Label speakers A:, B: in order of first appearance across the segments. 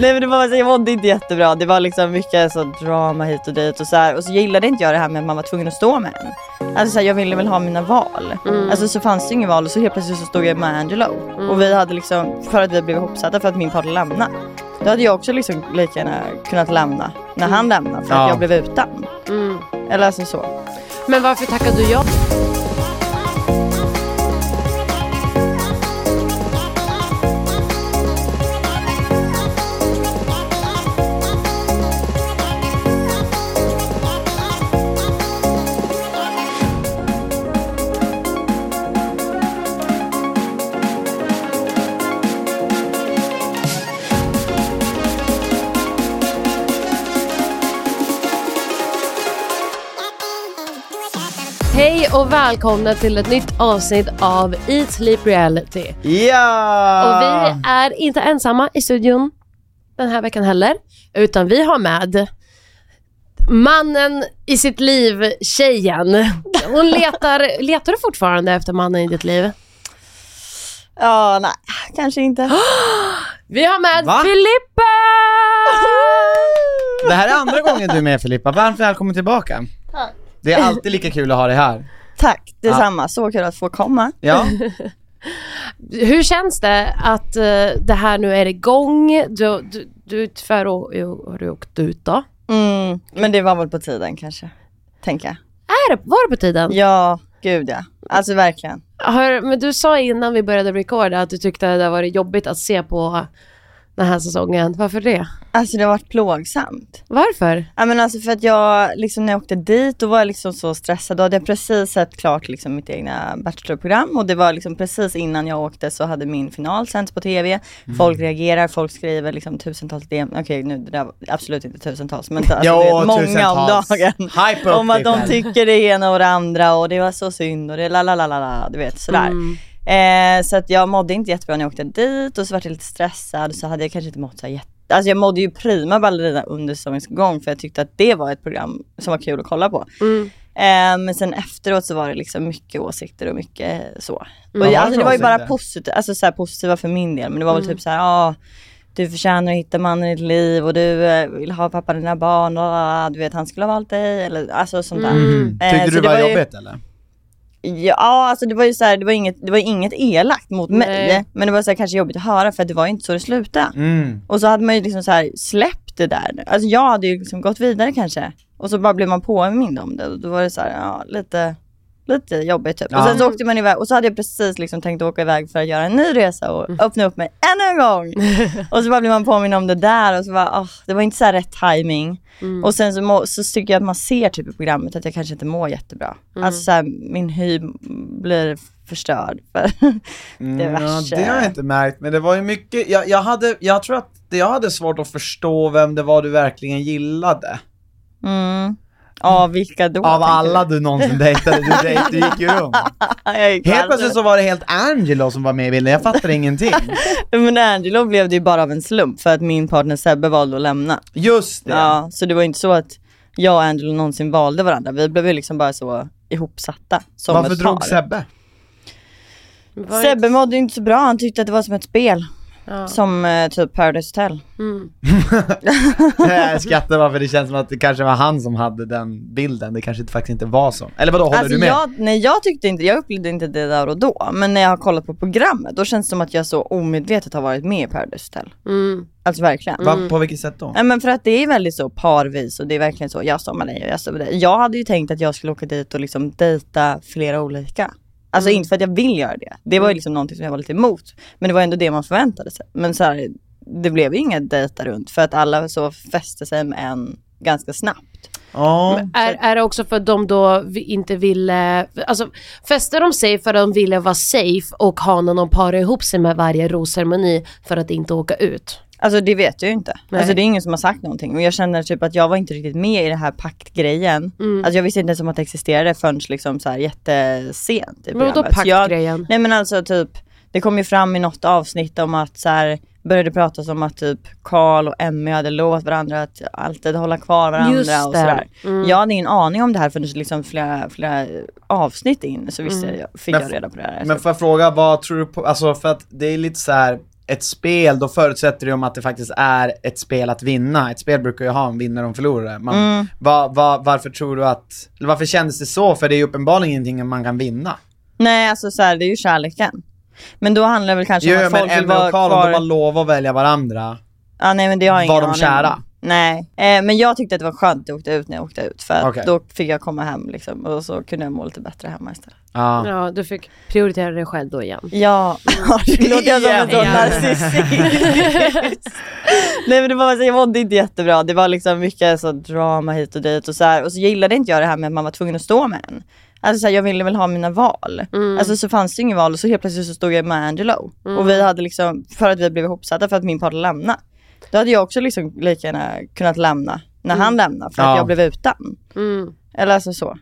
A: Nej men det var, jag mådde inte jättebra. Det var liksom mycket så drama hit och dit och så här. Och så gillade inte jag det här med att man var tvungen att stå med en. Alltså så här, jag ville väl ha mina val. Alltså så fanns det inget val och så helt plötsligt så stod jag med Angelo. Och vi hade liksom, för att vi blev ihopsatta för att min partner lämnade. Då hade jag också liksom lika gärna kunnat lämna när han lämnade för att
B: Ja.
A: jag blev utan. Eller alltså så.
C: Men varför tackade du ja? Hej och välkomna till ett nytt avsnitt av Eat Sleep Reality. Och
B: Ja!
C: vi är inte ensamma i studion den här veckan heller. Utan vi har med mannen i sitt liv, tjejen. Hon letar, letar du fortfarande efter mannen i ditt liv?
A: Ja, nej, kanske inte.
C: Vi har med
D: Va?
C: Filippa!
D: Det här är andra gången du är med Filippa, varmt välkommen tillbaka. Tack. Det är alltid lika kul att ha dig här.
A: Tack, detsamma. Så kul att få komma.
D: Ja,
A: Eh,
C: Hur känns det att eh, det här nu är igång? Du, du, du tyvärr å- å- har du åkt ut då.
A: Mm, men det var väl på tiden kanske, tänker jag.
C: Är det, var det på tiden?
A: Ja, gud ja. Alltså verkligen.
C: Hör, men du sa innan vi började recorda att du tyckte det var jobbigt att se på den här säsongen. Varför det?
A: Alltså det har varit plågsamt.
C: Varför?
A: Ja men alltså för att jag, liksom när jag åkte dit, då var jag liksom så stressad. Då hade jag precis sett klart liksom mitt egna bachelorprogram och det var liksom precis innan jag åkte så hade min final sänts på TV.
D: Mm.
A: Folk reagerar, folk skriver liksom tusentals DM. Okej nu, det där var absolut inte tusentals men alltså,
D: Jo,
A: det är många om
D: tusentals.
A: dagen.
D: Hype upp
A: om att
D: dig
A: de
D: själv.
A: tycker det ena och det andra och det var så synd och det la la la la la, du vet sådär.
D: Mm.
A: Eh, så att jag mådde inte jättebra när jag åkte dit och så vart jag lite stressad så hade jag kanske inte mått så här jätte Alltså jag mådde ju prima ballerina under säsongens gång för jag tyckte att det var ett program som var kul att kolla på. Eh, men sen efteråt så var det liksom mycket åsikter och mycket så. Och
D: Vad
A: jag,
D: var det
A: alltså
D: för
A: det var ju bara
D: åsikter?
A: positiva, alltså så här positiva för min del men det var väl typ så här, ah, du förtjänar att hitta mannen i ditt liv och du eh, vill ha pappa dina barn och ah, du vet han skulle ha valt dig eller alltså sånt där. Eh,
D: Tyckte
A: så
D: du det var
A: ju-
D: jobbigt eller?
A: Ja, alltså det var ju så här, det var inget, det var inget elakt mot mig.
C: Nej.
A: Men det var så här, kanske jobbigt att höra för att det var ju inte så det slutade.
D: Mm.
A: Och så hade man ju liksom så här släppt det där. Alltså jag hade ju liksom gått vidare kanske. Och så bara blev man påmind om det och då var det så här, ja lite, lite jobbigt typ.
D: Ja.
A: Och sen så åkte man iväg och så hade jag precis liksom tänkt åka iväg för att göra en ny resa och
D: Mm.
A: öppna upp mig ännu en gång. och så bara blev man påmind om det där och så bara, ah, det var inte så här rätt timing.
D: Mm.
A: Och sen så, må, så tycker jag att man ser typ i programmet att jag kanske inte mår jättebra.
D: Mm.
A: Alltså så här, min hy blir förstörd för
D: Mm. Ja,
A: diverse.
D: det har jag inte märkt, men det var ju mycket, jag, jag hade, jag tror att det- jag hade svårt att förstå vem det var du verkligen gillade.
A: mm. Ja, vilka då?
D: Av
A: Oh, tänker du?
D: alla du någonsin dejtade, du, dejt, du gick ju runt.
A: jag gick
D: Helt
A: aldrig.
D: plötsligt så var det helt Angelo som var med i bilden, jag fattar ingenting.
A: Men Angelo blev det ju bara av en slump för att min partner Sebbe valde att lämna.
D: Just det.
A: Ja, så det var inte så att jag och Angelo någonsin valde varandra. Vi blev ju liksom bara så ihopsatta som
D: Varför
A: ett
D: drog
A: par.
D: Sebbe?
C: Var-
A: Sebbe mådde ju inte så bra, han tyckte att det var som ett spel.
C: Ja.
A: Som eh, typ Paradise Hotel.
C: Mm.
D: Jag skrattar bara för det känns som att det kanske var han som hade den bilden, det kanske inte- faktiskt inte var så. Eller vadå, håller
A: Alltså
D: du med?
A: jag, nej jag tyckte inte, jag upplevde inte det där och då. Men när jag har kollat på programmet, då känns det som att jag så omedvetet har varit med i Paradise Hotel.
C: Mm.
A: Alltså verkligen.
D: Va, på vilket sätt då?
A: Nej men för att det är väldigt så parvis och det är verkligen så, jag står med dig och jag står med dig. Jag hade ju tänkt att jag skulle åka dit och liksom dejta flera olika. Alltså
C: Mm.
A: inte för att jag vill göra det. Det var ju liksom någonting som jag var lite emot. Men det var ändå det man förväntade sig. Men så här, det blev ju inga dejta runt för att alla så fäste sig med en ganska snabbt.
D: Ja,
A: Mm.
C: Är, är det också för att de då vi- inte ville... Alltså, fäster de sig för att de ville vara safe och ha någon att para ihop sig med varje rosceremoni för att inte åka ut?
A: Alltså det vet jag ju inte.
C: Nej.
A: Alltså det är ingen som har sagt någonting. Och jag känner typ att jag var inte riktigt med i den här paktgrejen.
C: Mm.
A: Alltså jag visste inte ens om att det existerade förrän liksom så här jättesent i
C: Men då
A: programmet. Så jag-
C: paktgrejen?
A: Nej men alltså typ, det kom ju fram i något avsnitt om att så här började pratas om att typ Carl och Emmy hade lovat varandra att alltid hålla kvar varandra
C: Just
A: och
C: det. Mm.
A: sådär. Jag hade ingen aning om det här förrän liksom flera, flera avsnitt in så visste
C: Mm.
A: jag, fick
D: Men f-
A: jag reda på det här.
D: men
A: Så-
D: får jag fråga, vad tror du på, alltså för att det är lite så här ett spel, då förutsätter det om att det faktiskt är ett spel att vinna. Ett spel brukar ju ha en vinnare och en förlorare. Man,
A: Mm.
D: va, va, varför tror du att, eller varför kändes det så? För det är ju uppenbarligen ingenting man kan vinna.
A: Nej alltså såhär, det är ju kärleken. Men då handlar det väl kanske
D: Jo,
A: om
D: jo,
A: att
D: men
A: folk vill
D: Emmy och
A: vara
D: Karl, om de har
A: kvar.
D: lov att välja varandra.
A: Ja, nej men det har jag
D: Var
A: ingen
D: de
A: aning
D: kära?
A: om. Nej, eh, men jag tyckte att det var skönt att jag åkte ut när jag åkte ut för att
D: Okej.
A: då fick jag komma hem liksom och så kunde jag må lite bättre hemma istället.
D: Ja.
C: Ja, du fick prioritera dig själv då igen.
A: Ja, det låter jag som en sån
C: Igen.
A: narcissist. Nej men det var, jag mådde inte jättebra. Det var liksom mycket så drama hit och dit och så här. Och så gillade inte jag det här med att man var tvungen att stå med en. Alltså så här, jag ville väl ha mina val. Alltså så fanns det inget val och så helt plötsligt så stod jag med Angelo. Och vi hade liksom, för att vi blev ihopsatta för att min partner lämnade. Då hade jag också liksom lika gärna kunnat lämna när han lämnade för att
D: Ja.
A: jag blev utan.
C: Mm.
A: Eller alltså så.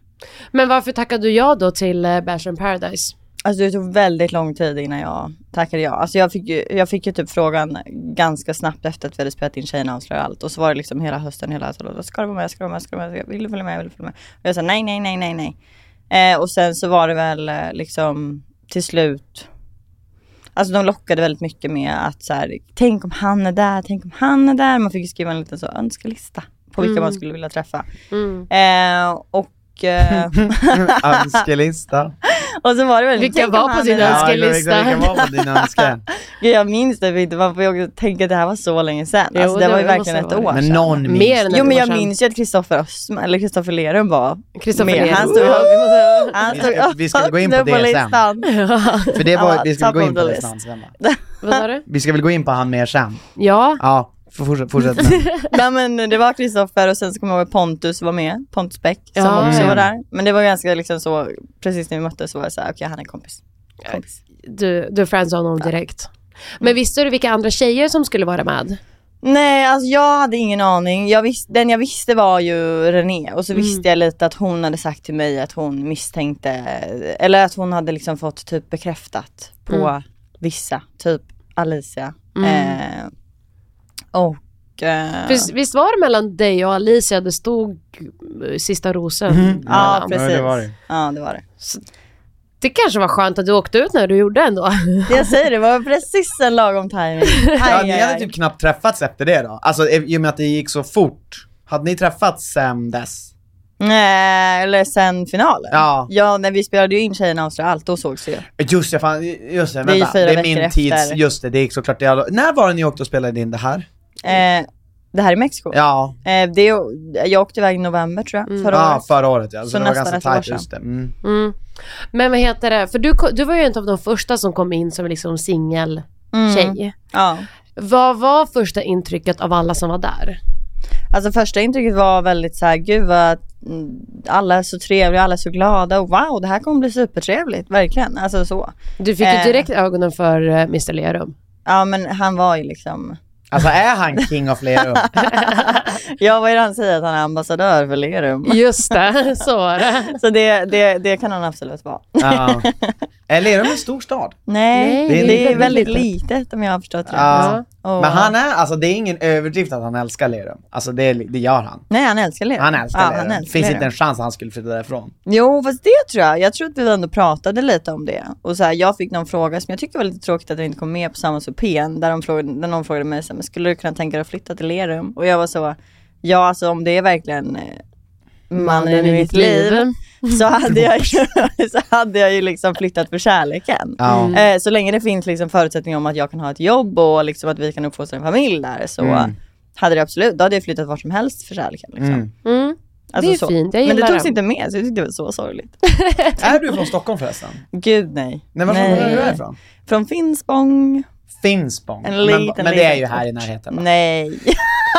C: Men varför tackade du ja då till eh, Bachelor in Paradise?
A: Alltså det tog väldigt lång tid innan jag tackade ja. Alltså jag fick ju, jag fick ju typ frågan ganska snabbt efter att vi hade spelat in Tjejerna avslöjar allt. Och så var det liksom hela hösten, hela hösten. Ska du vara med, ska du vara med, ska du vara med, vill du följa med, vill du följa med? Och jag sa nej, nej, nej, nej, nej. Eh, och sen så var det väl eh, liksom till slut Alltså de lockade väldigt mycket med att så här, tänk om han är där, tänk om han är där. Man fick ju skriva en liten så önskelista på vilka
C: Mm.
A: man skulle vilja träffa. Eh, och, eh,
D: Önskelista.
A: och så var det väl
C: Vilka
A: "Tänk om
C: var på
A: han är
C: din
A: där."
C: Önskelista.
D: Ja, exakt, vilka var på din önskan?
A: Gud, jag minns det inte, man får ju också tänka att det här var så länge sedan.
C: Jo,
A: alltså, det,
C: det
A: var ju
C: var- det
A: verkligen
C: måste
A: ett
C: ha
A: år
C: varit.
D: Men
A: sedan.
D: någon minns.
C: Mer än
A: Jo
C: ett
A: men
C: år
A: jag
C: sedan.
A: minns ju att Kristoffer Östman, eller Kristoffer Lerum var
C: Kristoffer
A: med.
C: Lerum.
A: Han stod han stod
D: Vi ska- vi ska
A: upp
D: gå in på
A: nu
D: det sen.
A: listan.
D: För det
A: Ja,
D: var, vi ska
A: top
D: väl gå
A: of
D: in
A: the
D: på det
A: list.
D: snart sen va?
C: Vad sa du?
D: Vi ska väl gå in på han mer sen?
C: Ja.
D: Ja, f- fortsätt, fortsätt nu.
A: Nej men det var Kristoffer och sen så kommer jag ihåg att Pontus var med, Pontus Bäck som
C: Ja.
A: också var
D: Mm.
A: där. Men det var ganska liksom så, precis när vi möttes så var det såhär, okej han är kompis. kompis.
C: Du, du friendzonade honom direkt. Men visste du vilka andra tjejer som skulle vara med?
A: Nej, alltså jag hade ingen aning. Jag visste- den jag visste var ju René och så
D: Mm.
A: visste jag lite att hon hade sagt till mig att hon misstänkte, eller att hon hade liksom fått typ bekräftat på
D: Mm.
A: vissa, typ Alicia. Eh, och eh,
C: Visst, Mm. visst var det mellan dig och Alicia det stod eh, sista rosen? mellan?
A: Ja, precis.
D: Mhm. Ja, det var det.
A: Ja, det var det.
C: Det kanske var skönt att du åkte ut när du gjorde ändå.
A: Det Jag säger det, var precis en lagom timing.
D: Ja,
A: Aj,
D: ni
A: aj,
D: hade
A: aj.
D: typ knappt träffats efter det då? Alltså i i och med att det gick så fort. Hade ni träffats sen dess?
A: Nej, eller sen finalen.
D: Ja.
A: ja, när vi spelade ju in Tjejerna avslöjar allt, då sågs vi ju.
D: Just det, fan, just det,
A: Det är ju
D: vänta. Det
A: fyra
D: är,
A: veckor
D: min
A: efter.
D: tids, just det, det gick såklart i alla... När var det ni åkte och spelade in det här? Mm.
A: Eh, det här är Mexiko.
D: Ja,
A: Eh, det, jag åkte iväg i november tror jag, förra
D: förra,
A: året.
D: ah, förra året ja. Så,
A: Så
D: det var
A: nästan
D: ganska
A: ett år
D: tajt,
A: sedan.
D: just det. Mm.
C: Mm. Men vad heter det? För du, ko- du var ju en av de första som kom in som liksom singeltjej.
A: Mm. Ja.
C: Vad var första intrycket av alla som var där?
A: Alltså första intrycket var väldigt så här, gud vad mm, alla är så trevliga, alla är så glada och wow det här kommer bli supertrevligt, verkligen. Alltså så.
C: Du fick ju
A: Eh.
C: direkt ögonen för eh, Mr Lerum.
A: Ja men han var ju liksom,
D: Alltså är han king of Lerum?
A: ja vad är det han säger att han är ambassadör för Lerum?
C: Just det, så var det.
A: Så det, det, det kan han absolut vara.
D: ja. Eller är de en stor stad?
A: Nej,
C: Nej,
A: det är väldigt litet om jag har förstått rätt.
D: Ja.
A: Och-
D: Men han är, alltså det är ingen överdrift att han älskar Lerum. Alltså det, är- det gör han.
A: Nej, han älskar Lerum.
D: Han älskar
A: ja,
D: Lerum.
A: han
D: Det
A: älskar
D: finns
A: Lerum.
D: inte en chans att han skulle flytta därifrån.
A: Jo, fast det tror jag. Jag tror att vi ändå pratade lite om det. Och så här, jag fick någon fråga som jag tyckte var lite tråkigt att jag inte kom med på sammansuppén. Där, de frågade- där någon frågade mig, så här, men skulle du kunna tänka dig att flytta till Lerum? Och jag var så, ja alltså om det är verkligen eh, mannen i mitt liv. Så hade, jag, ju- så hade jag ju liksom flyttat för kärleken.
D: Ja.
A: Eh, Så länge det finns liksom förutsättningar om att jag kan ha ett jobb och liksom att vi kan uppfostra en familj där så
D: Mm.
A: hade det absolut, då hade jag flyttat vart som helst för kärleken. Liksom.
D: Mm.
C: Mm.
A: Alltså
C: det är
A: så.
C: fint, jag
A: Men
C: gillar
A: det togs
C: dem.
A: inte med så jag tyckte det var så sorgligt.
D: Är du från Stockholm förresten?
A: Gud nej.
D: Nej, varför
A: nej.
D: är du därifrån?
A: Från Finspång.
D: Finspång.
A: En
D: Men,
A: liten,
D: men det är
A: liten
D: ju här i
A: ort.
D: närheten. va?
A: Nej,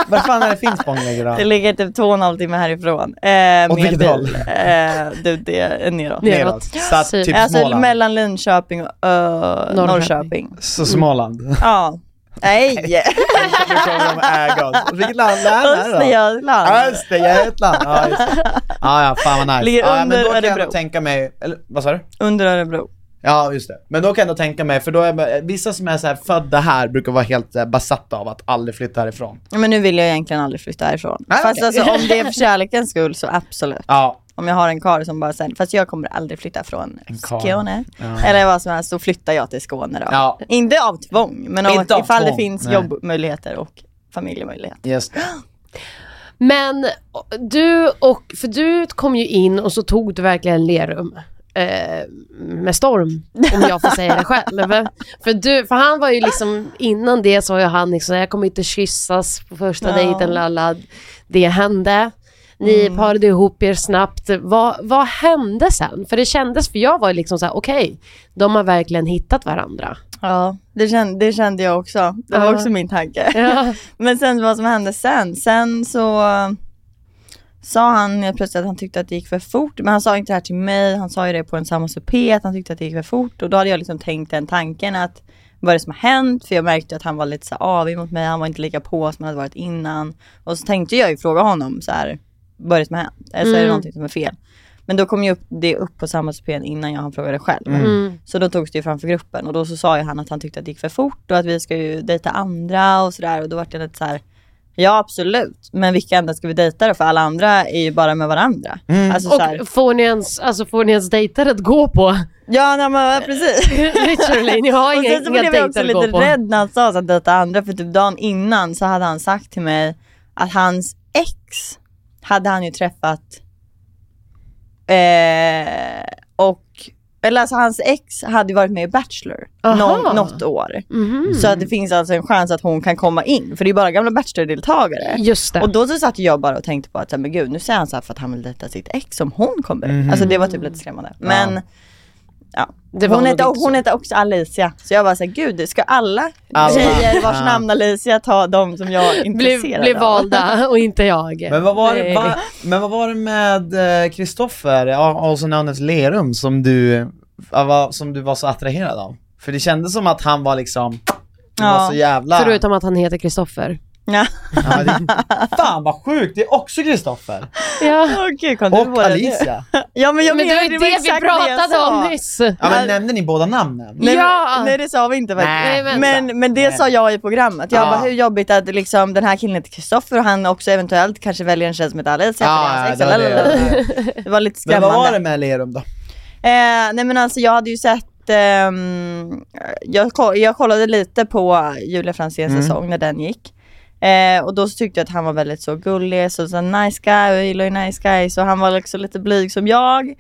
D: Var fan är det Finspång ligger då?
A: det ligger typ två och en halv timme härifrån. Eh,
D: Åt
A: med
D: vilket
A: bil.
D: håll?
A: Eh, du, det är neråt.
C: Neråt.
D: Så att typ
A: alltså
D: Småland.
A: mellan Linköping och ö,
C: Norrköping.
A: Norrköping.
D: Så Småland.
A: Ja. Nej,
D: Nu kommer de äga oss. Vilket land är det här då?
A: Östergötland.
D: Östergötland. Ja, just det. Ja, ja, fan vad nice.
A: Ligger
D: ja, ja, men
A: under
D: då kan jag
A: Örebro.
D: ändå tänka mig, eller vad sa du?
A: Under Örebro.
D: Ja, just det. Men då kan jag ändå tänka mig, för då är vissa som är så här födda här brukar vara helt så här besatta av att aldrig flytta härifrån.
A: Ja, Men nu vill jag egentligen aldrig flytta härifrån.
D: Nej,
A: fast
D: okej.
A: alltså, om det är för kärlekens skull så absolut.
D: Ja.
A: Om jag har en karl som bara säger, fast jag kommer aldrig flytta från
D: karl.
A: Skåne.
D: Ja.
A: Eller vad som helst, så flyttar jag till Skåne då.
D: Ja.
A: Inte av tvång, men om,
D: Inte av
A: ifall
D: tvång,
A: det finns
D: nej.
A: jobbmöjligheter och familjemöjligheter.
D: Just det.
C: Men du och, för du kom ju in och så tog du verkligen Lerum. Eh, med storm, om jag får säga det själv. För, du, för han var ju liksom, innan det sa ju han liksom, jag kommer inte kyssas på första
A: Ja. Mm.
C: dejten, lalla. Det hände. Ni parade ihop er snabbt. Vad, vad hände sen? För det kändes, för jag var ju liksom såhär, okej, de har verkligen hittat varandra.
A: Ja, det kände, det kände jag också. Det var
C: Ja.
A: också min tanke.
C: Ja.
A: Men sen vad som hände sen, sen så eh, sa han helt plötsligt att han tyckte att det gick för fort. Men han sa inte det här till mig, han sa ju det på en sammansuppé att han tyckte att det gick för fort. Och då hade jag liksom tänkt den tanken att vad är det som har hänt? För jag märkte att han var lite så här avig mot mig, han var inte lika på som han hade varit innan. Och så tänkte jag ju fråga honom så här, vad är det som har hänt? Eller eh, så är det
C: Mm.
A: någonting som är fel. Men då kom ju upp, det upp på sammansuppén innan jag hann fråga det själv.
C: Mm.
A: Så då togs det ju framför gruppen och då så sa ju han att han tyckte att det gick för fort och att vi ska ju dejta andra och sådär och då vart det lite så här. Ja absolut, men vilka andra ska vi dejta då? För alla andra är ju bara med varandra. Alltså så här,
C: Och får ni ens, alltså, får ni ens dejter att gå på?
A: ja nej, men precis.
C: Literally, ni har
A: Och
C: inga,
A: sen så
C: inga
A: blev jag också
C: dejter att
A: lite
C: gå på.
A: rädd när han sa så att dejta andra för typ dagen innan så hade han sagt till mig att hans ex hade han ju träffat eh, och eller alltså hans ex hade ju varit med i Bachelor
C: Aha.
A: någon, något år.
C: Mhm.
A: Så att det finns alltså en chans att hon kan komma in, för det är bara gamla Bachelor-deltagare.
C: Just det.
A: Och då så satt jag bara och tänkte på att så här, men gud nu säger han så här för att han vill dejta sitt ex om hon kommer ut. Alltså det var typ lite skrämmande. Men
C: det var
A: hon,
C: nog
A: hette,
C: inte så.
A: hon hette också Alicia. Så jag bara såhär, gud ska alla,
D: Alla.
A: tjejer vars
D: Ja.
A: namn Alicia ta de som jag är intresserad
C: blev, blev
A: av?
C: valda och inte jag.
D: Men vad var det,
C: Nej.
D: va, men vad var det med eh, Kristoffer, also known as Lerum, som du, ja, vad- som du var så attraherad av? För det kändes som att han var liksom, han
A: Ja.
D: var så jävla...
C: Förutom att han heter Kristoffer.
A: Ja.
D: Ja, det, fan vad sjukt, det är också Kristoffer!
C: Ja.
A: Åh, gud, kom du på
D: Och
A: det nu?
D: Alicia.
A: Ja men jag
C: Men det
A: menar,
C: var ju
A: var
C: det vi
A: exakt jag
C: pratade
A: sa.
C: om nyss.
D: Ja men nämnde ni båda namnen?
A: Nej,
C: Ja.
A: nej det sa vi inte faktiskt.
D: Nej,
C: men-
A: Men, men det sa jag i programmet. Jag
D: Ja.
A: bara, hur jobbigt att liksom, den här killen heter Kristoffer och han också eventuellt kanske väljer en tjej som heter Alicia.
D: Ja,
A: för det, är hans ex.
D: ja, det var det.
A: Lalalala. det var lite
D: Men
A: skrämmande.
D: vad var det med Lerum då?
A: Eh, nej men alltså jag hade ju sett ehm, jag, ko- jag kollade lite på Julia Franzéns
D: Mm.
A: säsong när den gick. Eh, och då så tyckte jag att han var väldigt så gullig, så, så nice guy, och jag gillar ju nice guy. Så han var också lite blyg som jag. Eh,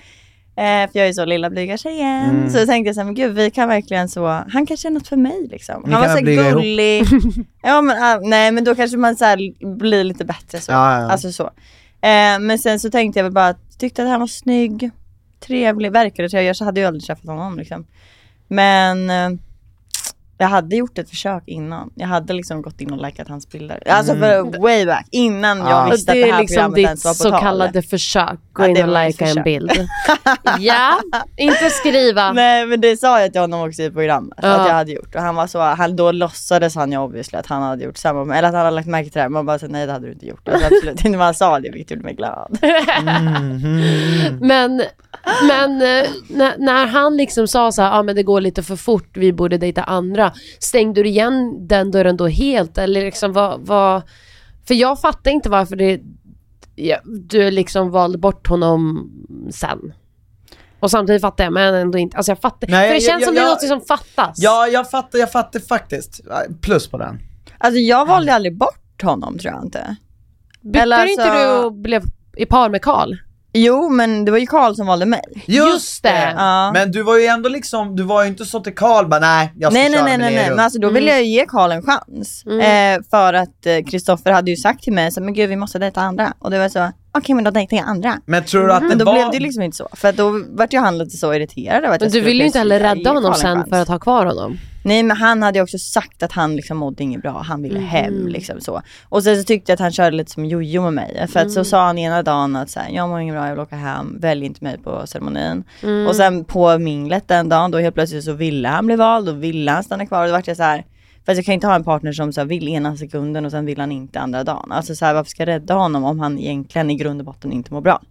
A: för jag är ju så lilla blyga tjejen.
D: Mm.
A: Så jag tänkte såhär, men gud vi kan verkligen så, han kanske är något för mig liksom.
D: Ni
A: han
D: kan
A: var så
D: blyga ihop.
A: gullig. ja men ah, nej men då kanske man så här blir lite bättre så.
D: Ja, ja, ja.
A: Alltså så. Eh, men sen så tänkte jag väl bara, att- tyckte att han var snygg, trevlig, verkade trevlig. Jag hade ju aldrig träffat honom liksom. Men eh, jag hade gjort ett försök innan. Jag hade liksom gått in och likat hans bilder. Alltså för way back, innan
D: Mm. Ja.
A: jag visste
C: det
A: att det
C: är
A: här
C: liksom
A: programmet
C: ditt
A: ens var på
C: så
A: tal.
C: kallade försök. Gå
A: Ja,
C: in
A: det var
C: och
A: mitt
C: likea en
A: försök.
C: bild. ja, inte skriva.
A: Nej men det sa jag till honom också i programmet
C: Ja.
A: att jag hade gjort och han var så, han, då låtsades han ju obviously att han hade gjort samma, men- eller att han hade lagt märke till det här. Man bara sa nej det hade du inte gjort. Alltså, absolut inte, men han sa det vilket gjorde mig glad.
C: Men Men eh, när, när han liksom sa så här, ah, men det går lite för fort, vi borde dejta andra. Stängde du igen den dörren då helt? Eller liksom vad, vad... För jag fattar inte varför det, ja, du liksom valde bort honom sen. Och samtidigt fattar jag, men ändå inte. Alltså jag fattar.
D: Nej,
C: för det
D: jag-
C: känns
D: jag-
C: som det är
D: jag-
C: något som fattas.
D: Ja, jag fattar, jag fattar faktiskt. Plus på den.
A: Alltså jag valde aldrig bort honom tror jag inte.
C: Bytte
A: Eller
C: du inte
A: alltså-
C: du och blev i par med Karl?
A: Jo men det var ju Karl som valde mig.
D: Just,
C: Just det.
A: Ja.
D: Men du var ju ändå liksom, du var ju inte så till Karl bara nej, jag ska
A: Nej nej
D: köra
A: nej
D: mig
A: nej,
D: ner
A: nej.
D: och-
A: men alltså då ville
C: Mm.
A: jag ju ge Karl en chans. Eh, för att Kristoffer hade ju sagt till mig så men gud vi måste dejta andra. Och det var så, okej men då dejtar jag andra.
D: Men tror du att
A: Men då
D: det var...
A: blev det liksom inte så, för att då vart ju han lite så irriterad över att
C: Mm. Men
A: jag
C: du
A: skulle
C: ville ju inte heller
A: ge
C: rädda honom
A: Karl en
C: sen
A: chans.
C: för att ha kvar honom.
A: Nej men han hade ju också sagt att han liksom mådde inget bra, han ville
C: Mm-hmm.
A: hem liksom så. Och sen så tyckte jag att han körde lite som jojo med mig. För att
C: Mm.
A: så sa han ena dagen att så här, jag mår inget bra, jag vill åka hem, välj inte mig på ceremonin.
C: Mm.
A: Och sen på minglet den dagen då helt plötsligt så ville han bli vald och ville han stanna kvar och då vart jag så här. Fast jag kan inte ha en partner som så här vill ena sekunden och sen vill han inte andra dagen. Alltså så här, varför ska jag rädda honom om han egentligen i grund och botten inte mår bra?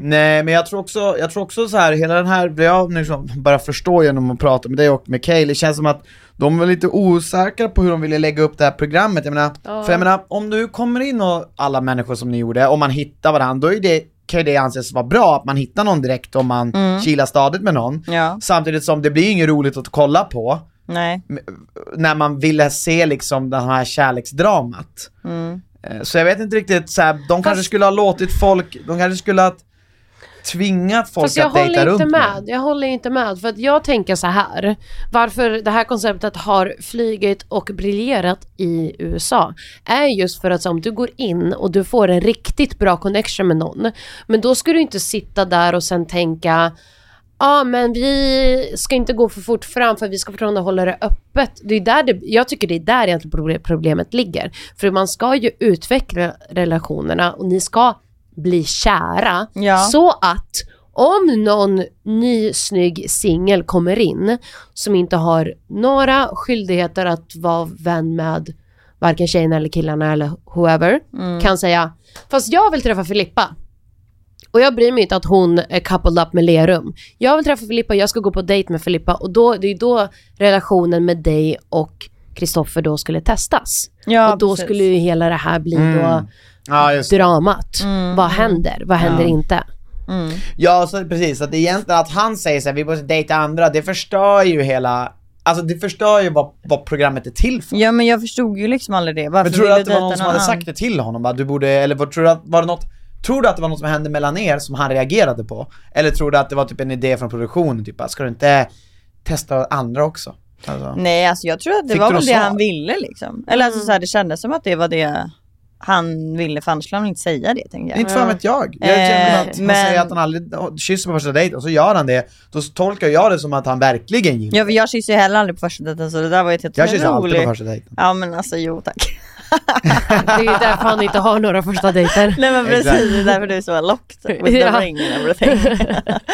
D: Nej men jag tror också, jag tror också så här, hela den här, det jag liksom bara förstår genom att prata med dig och med Kay, det känns som att de var lite osäkra på hur de ville lägga upp det här programmet. Jag menar, För jag menar, om du kommer in och alla människor som ni gjorde, om man hittar varandra, då är det, kan ju det anses vara bra att man hittar någon direkt om man
A: Mm.
D: kilar stadigt med någon.
A: Ja.
D: Samtidigt som det blir ju inget roligt att kolla på
A: Nej.
D: när man ville se liksom det här kärleksdramat.
A: Mm.
D: Eh, Så jag vet inte riktigt, så här, de kanske skulle ha låtit folk, de kanske skulle ha tvingat folk
C: Fast jag
D: att dejta
C: håller
D: runt
C: inte med.
D: någon.
C: Jag håller inte med. För att jag tänker så här. Varför det här konceptet har flugit och briljerat i USA är just för att så, om du går in och du får en riktigt bra connection med någon. Men då ska du inte sitta där och sen tänka Ja men vi ska inte gå för fort fram för vi ska fortfarande hålla det öppet. Det är där det, jag tycker det är där egentligen proble- problemet ligger. För man ska ju utveckla relationerna och ni ska bli kära.
A: Ja.
C: Så att om någon ny snygg singel kommer in som inte har några skyldigheter att vara vän med varken tjejerna eller killarna eller whoever
A: Mm.
C: kan säga fast jag vill träffa Filippa. Och jag bryr mig inte att hon är coupled up med Lerum. Jag vill träffa Filippa, jag ska gå på dejt med Filippa och då, det är då relationen med dig och Kristoffer då skulle testas.
A: Ja,
C: och då
A: precis.
C: skulle ju hela det här bli då
D: Ja, just det.
C: dramat.
A: Mm.
C: Vad händer? Vad händer inte?
D: Ja, så precis. Att egentligen att han säger såhär, vi måste dejta andra, det förstör ju hela, alltså det förstör ju vad, vad programmet är till för.
A: Ja men jag förstod ju liksom aldrig det. Varför
D: Men tror du
A: vill
D: att det var
A: dejta
D: någon som hade
A: annan?
D: sagt det till honom? Bara, du borde, eller vad- tror du att, var det något, tror du att det var något som hände mellan er som han reagerade på? Eller tror du att det var typ en idé från produktionen, typ bara, ska du inte testa andra också? Alltså.
A: Nej, alltså jag tror att det
D: Fick
A: var
D: du
A: väl
D: något
A: det
D: svar?
A: han ville liksom. Eller alltså så här, det kändes som att det var det han ville, för annars skulle han inte säga det tänker jag.
D: Inte fan vet jag. Jag
A: Eh,
D: känner att han
A: men-
D: säger att han aldrig kysser på första dejt och så gör han det. Då tolkar jag det som att han verkligen gillar
A: Ja, för jag kysser ju heller aldrig på första dejten så det där var ju ett helt
D: Jag kysser alltid
A: roligt-
D: på första dejten.
A: Ja men alltså jo tack.
C: Det är ju därför han inte har några första dejter.
A: Nej men precis,
D: Exakt.
A: det är därför du är så typ. locked with the
C: Ja.
A: ring and everything.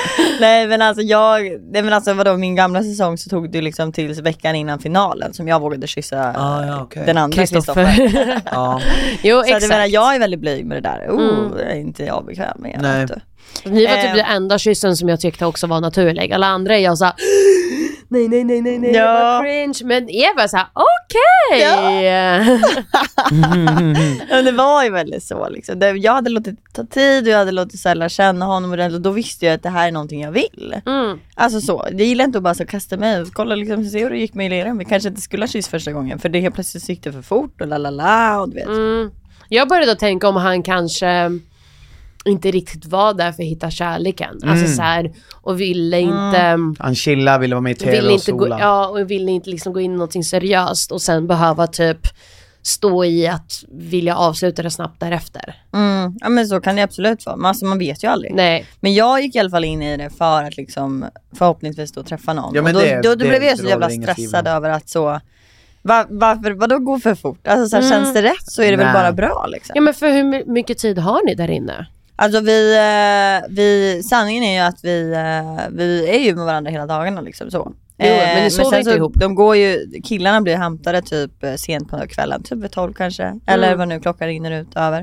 A: nej men alltså jag, nej men alltså vadå min gamla säsong så tog det ju liksom tills veckan innan finalen som jag vågade kyssa
D: ja, Ah, okej.
A: den andra Kristoffer.
C: Kristoffer.
D: Ja.
C: jo
A: Så att jag
C: exakt.
A: menar jag är väldigt blyg med det där, oh, det är inte jag bekväm med.
D: Nej.
A: vet du.
C: Ni var typ
A: Eh.
C: den enda kyssen som jag tyckte också var naturlig. Alla andra är jag såhär, nej nej nej nej nej,
A: Ja.
C: vad cringe. Men Eva såhär, okej.
A: Ja, men det var ju väldigt så liksom. Det, jag hade låtit det ta tid och jag hade låtit så här, lära känna honom och det- och då visste jag att det här är någonting jag vill.
C: Mm.
A: Alltså så, jag gillar inte att bara så kasta mig ut, kolla liksom se hur det gick med Elera. Vi kanske inte skulle ha kysst första gången för det helt plötsligt så gick det för fort och la la la och du vet.
C: Mm. Jag började då tänka om han kanske inte riktigt var där för att hitta kärleken. Alltså
D: Mm.
C: så här, och ville
A: Mm.
C: inte...
D: Han chillar, ville vara med i tv
C: Ville
D: och
C: inte gå,
D: sola.
C: ja, och ville inte liksom gå in i någonting seriöst och sen behöva typ stå i att vilja avsluta det snabbt därefter.
A: Mm. Ja men så kan det absolut vara, men alltså, man vet ju aldrig.
C: Nej.
A: Men jag gick i alla fall in i det för att liksom förhoppningsvis då träffa någon.
D: Ja, men
A: och då,
D: det-
A: då, då
D: det
A: blev jag så
D: råder
A: jävla
D: inget tvivel
A: stressad
D: om.
A: över att så, va, varför, vadå gå för fort? Alltså så här,
C: Mm.
A: känns det rätt så är det väl
D: Nej.
A: bara bra liksom.
C: Ja men för hur my- mycket tid har ni där inne?
A: Alltså vi, eh, vi, sanningen är ju att vi, eh, vi är ju med varandra hela dagarna liksom så.
C: Jo, men ni sover
A: sen
C: inte ihop.
A: De går ju, killarna
C: Mm.
A: blir hämtade typ eh, sent på kvällen, typ vid 12 kanske. Eller vad nu klockan rinner ut över.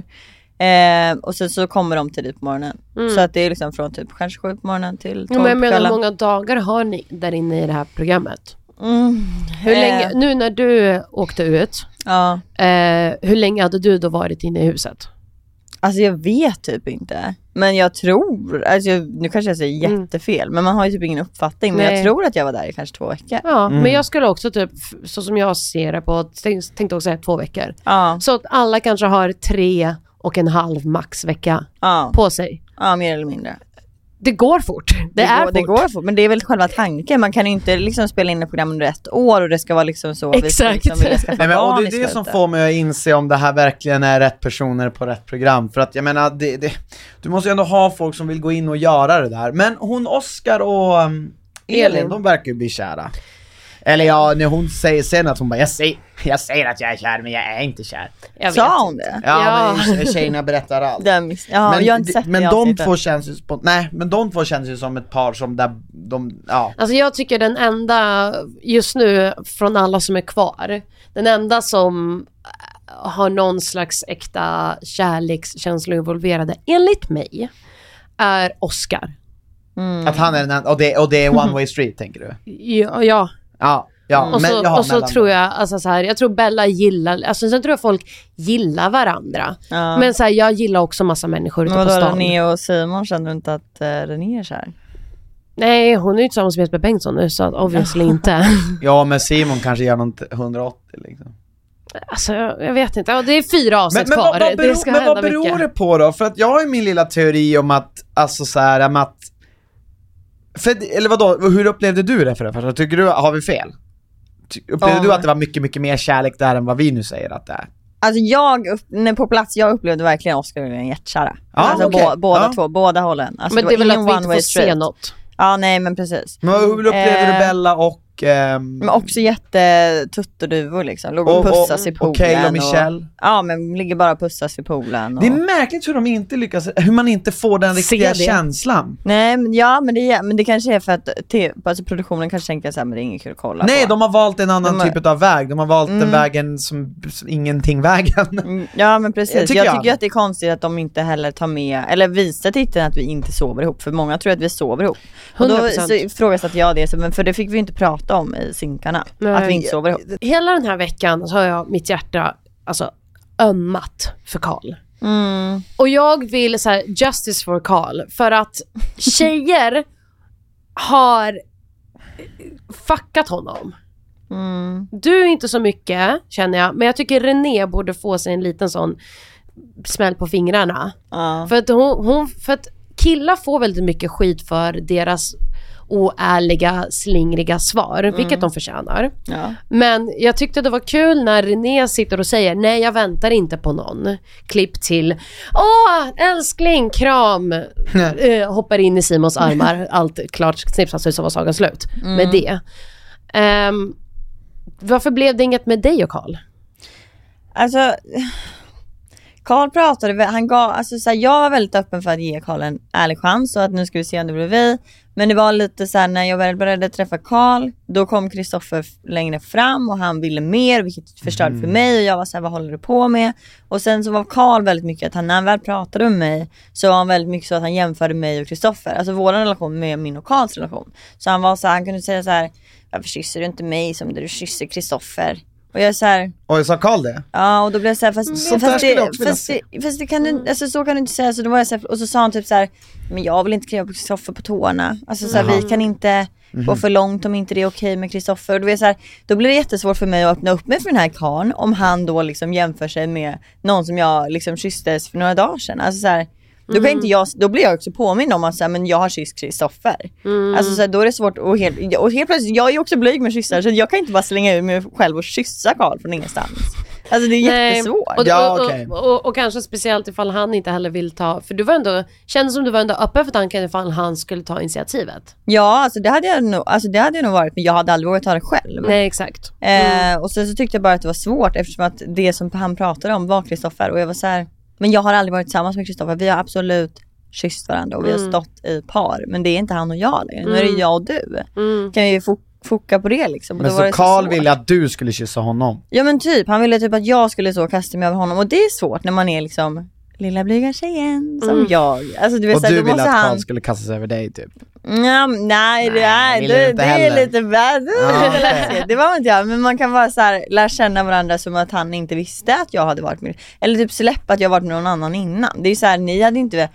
A: Eh, och sen så kommer de tidigt på morgonen. Så att det är liksom från typ kanske sju på morgonen till
C: Mm. Ja,
A: tolv
C: men
A: på
C: jag menar, hur
A: kvällen.
C: många dagar har ni där inne i det här programmet?
A: Mm,
C: Hur
A: Eh.
C: länge, nu när du åkte ut,
A: ja.
C: eh, hur länge hade du då varit inne i huset?
A: Alltså jag vet typ inte. Men jag tror, alltså jag, nu kanske jag säger
C: Mm.
A: jättefel, men man har ju typ ingen uppfattning. Men
C: Nej.
A: jag tror att jag var där i kanske två veckor.
C: Ja, men jag skulle också typ, f- så som jag ser det på, tänk- tänkte också säga två veckor.
A: Ja,
C: Så att alla kanske har tre och en halv max vecka
A: ja,
C: på sig.
A: ja mer eller mindre.
C: Det går fort. Det, är
A: går,
C: fort.
A: det går fort. Men det är väl själva tanken. Man kan ju inte liksom spela in ett program under ett år och det ska vara liksom så.
C: Exakt.
A: Vi ska liksom vilja skaffa
D: Nej, men, och
A: barn
D: det
A: i
D: är det som
A: slutet.
D: får mig att inse om det här verkligen är rätt personer på rätt program. För att jag menar, det, det, du måste ju ändå ha folk som vill gå in och göra det där. Men hon Oscar och um, Elin,
C: Elin.
D: de verkar ju bli kära. Eller ja, när hon säger sen att hon bara jag säger, jag säger att jag är kär men jag är inte kär.
C: Jag vet.
A: Sa hon det?
D: Ja,
C: Ja.
D: men tjejerna berättar allt.
A: Den miss- ja,
D: men
A: jag har inte
D: d-
A: sett
D: men
A: det
D: de
A: avsnittet.
D: två känns ju spont- nej men de två känns ju som ett par som där de, ja.
C: Alltså jag tycker den enda, just nu från alla som är kvar, den enda som äh, har någon slags äkta kärlekskänslor involverade, enligt mig, är Oscar.
A: Mm,
D: Att han är den enda- och det, och det är one way street tänker du?
C: Ja, ja.
D: Ja, ja.
C: Mm. Och så,
D: jaha,
C: och så
D: mellan
C: tror
D: dem.
C: jag, alltså så här, jag tror Bella gillar, alltså sen tror jag folk gillar varandra.
A: Ja.
C: Men så här, jag gillar också massa människor ute
A: Men
C: på
A: vadå
C: stan.
A: René och Simon, känner du inte att uh, René är kär?
C: Nej, hon är ju tillsammans med Jesper Bengtsson nu så att obviously inte.
D: Ja men Simon kanske gör något 180 liksom.
C: Alltså jag jag vet inte, ja, det är fyra
D: Men,
C: avsnitt
D: men,
C: kvar.
D: vad, vad
C: det
D: beror,
C: ska
D: men
C: hända
D: vad beror
C: mycket.
D: det på då? För att jag har ju min lilla teori om att, alltså så här, om att för, det- eller vadå, hur upplevde du det för det första? Tycker du, har vi fel? Ty- Upplevde
A: Ja.
D: du att det var mycket, mycket mer kärlek där än vad vi nu säger att det är?
A: Alltså jag, upp, när på plats, jag upplevde verkligen Oscar och René jättekära.
D: Ja,
A: alltså
D: okej.
A: bå, båda
D: Ja.
A: två, båda hållen. Alltså,
C: Men det är väl
A: ingen
C: att vi inte
A: one-way
C: får se
A: street.
C: något.
A: Ja nej men precis.
D: Men hur upplevde
A: Eh,
D: du Bella och... ehm,
A: Men också jättetutterduvor liksom, låg och, pussas i poolen.
D: Och Cale och Michelle.
A: ja men ligger bara och pussas i poolen. Och...
D: Det är märkligt hur de inte lyckas, hur man inte får den
C: Se
D: riktiga
C: det.
D: känslan.
A: Nej men ja men det, är- men det kanske är för att te, alltså, produktionen kanske tänker såhär, men det är inget kul att kolla
D: Nej,
A: på.
D: de har valt en annan
A: De har-
D: typ av väg. De har valt den
A: Mm.
D: vägen som, som ingenting-vägen.
A: Mm, Ja men precis,
D: Jag
A: jag
D: tycker
A: tycker,
D: jag.
A: jag att det är konstigt att de inte heller tar med, eller visar titeln att vi inte sover ihop, för många tror att vi sover ihop. Och då
C: 100%.
A: så ifrågasatte jag det, så- men för det fick vi ju inte prata om i synkarna,
C: Nej.
A: att vi inte sover ihop.
C: Hela den här veckan så har jag mitt hjärta alltså, ömmat för Karl.
A: Mm.
C: Och jag vill så här, justice for Karl. För att tjejer har fuckat honom.
A: Mm.
C: Du är inte så mycket känner jag, men jag tycker René borde få sig en liten sån smäll på fingrarna.
A: Ja.
C: För att, hon, hon, för att killar får väldigt mycket skit för deras oärliga, slingriga svar, vilket Mm. de förtjänar.
A: Ja.
C: Men jag tyckte det var kul när René sitter och säger nej jag väntar inte på någon. Klipp till Åh älskling kram! Eh, hoppar in i Simons armar. Allt klart snipsas ut så var sagan slut.
D: Mm.
C: Med det. Ehm, varför blev det inget med dig och Karl?
A: Alltså, Karl pratade, väl- han gav, alltså så här, jag var väldigt öppen för att ge Karl en ärlig chans och att nu ska vi se om det blir vi. Men det var lite så här när jag väl började träffa Karl, då kom Kristoffer f- längre fram och han ville mer vilket förstörde för mig och jag var så här, vad håller du på med? Och sen så var Karl väldigt mycket att han när han väl pratade om mig så var han väldigt mycket så att han jämförde mig och Kristoffer, alltså vår relation med min och Karls relation. Så han var så här, han kunde säga så här, varför kysser du inte mig som du kysser Kristoffer? Och jag är så här,
D: Oj, sa Karl det?
A: Ja och då blev jag såhär, fast,
D: Sånt där
A: fast,
D: skulle jag
A: det,
D: också vilja
A: fast, det, fast det kan du, alltså, så kan du inte säga. Så då var jag såhär, och så sa han typ såhär, men jag vill inte kliva på Kristoffer på tårna. Alltså såhär, vi kan inte gå för långt om inte det är okej med Kristoffer. Och då, var jag såhär, då blir det jättesvårt för mig att öppna upp mig för den här karln om han då liksom jämför sig med någon som jag liksom kysstes för några dagar sedan. Alltså såhär, då, kan inte jag, då blir jag också påmind om att så här, men jag har kysst Kristoffer. Alltså, så här, då är det svårt och helt, och helt plötsligt, jag är ju också blyg med kyssar så jag kan inte bara slänga ur mig själv och kyssa Karl från ingenstans. Alltså det är
C: Nej,
A: jättesvårt.
C: Och,
D: Ja,
C: och, och,
D: okej.
C: och, och, kanske speciellt ifall han inte heller vill ta, för du var ändå, kändes som du var ändå öppen för tanken ifall han skulle ta initiativet.
A: Ja alltså det hade jag nog, alltså, det hade jag nog varit men jag hade aldrig vågat ta det själv.
D: Mm.
C: Nej exakt.
A: Eh, och sen så tyckte jag bara att det var svårt eftersom att det som han pratade om var Kristoffer och jag var så här, men jag har aldrig varit tillsammans med Kristoffer. Vi har absolut kysst varandra och vi har stått i par men det är inte han och jag längre. Nu är det jag och du. Kan vi fo- foka på det liksom? Och
D: Men
A: då var
D: så
A: det
D: Karl
A: svårt.
D: ville att du skulle kyssa honom?
A: Ja men typ, han ville typ att jag skulle så kasta mig över honom och det är svårt när man är liksom lilla blyga tjejen som jag. Alltså du vet
D: Och
A: såhär,
D: du
A: då
D: ville
A: måste
D: att
A: han...
D: Karl skulle kasta sig över dig typ?
A: Ja, nej, det, är,
D: vill du
A: det,
D: inte
A: det är
D: heller.
A: lite bad.
D: Ja, okej.
A: Det var inte jag, men man kan bara så här, lära känna varandra som att han inte visste att jag hade varit med. Eller typ släppa att jag varit med någon annan innan. Det är ju så här, ni hade inte,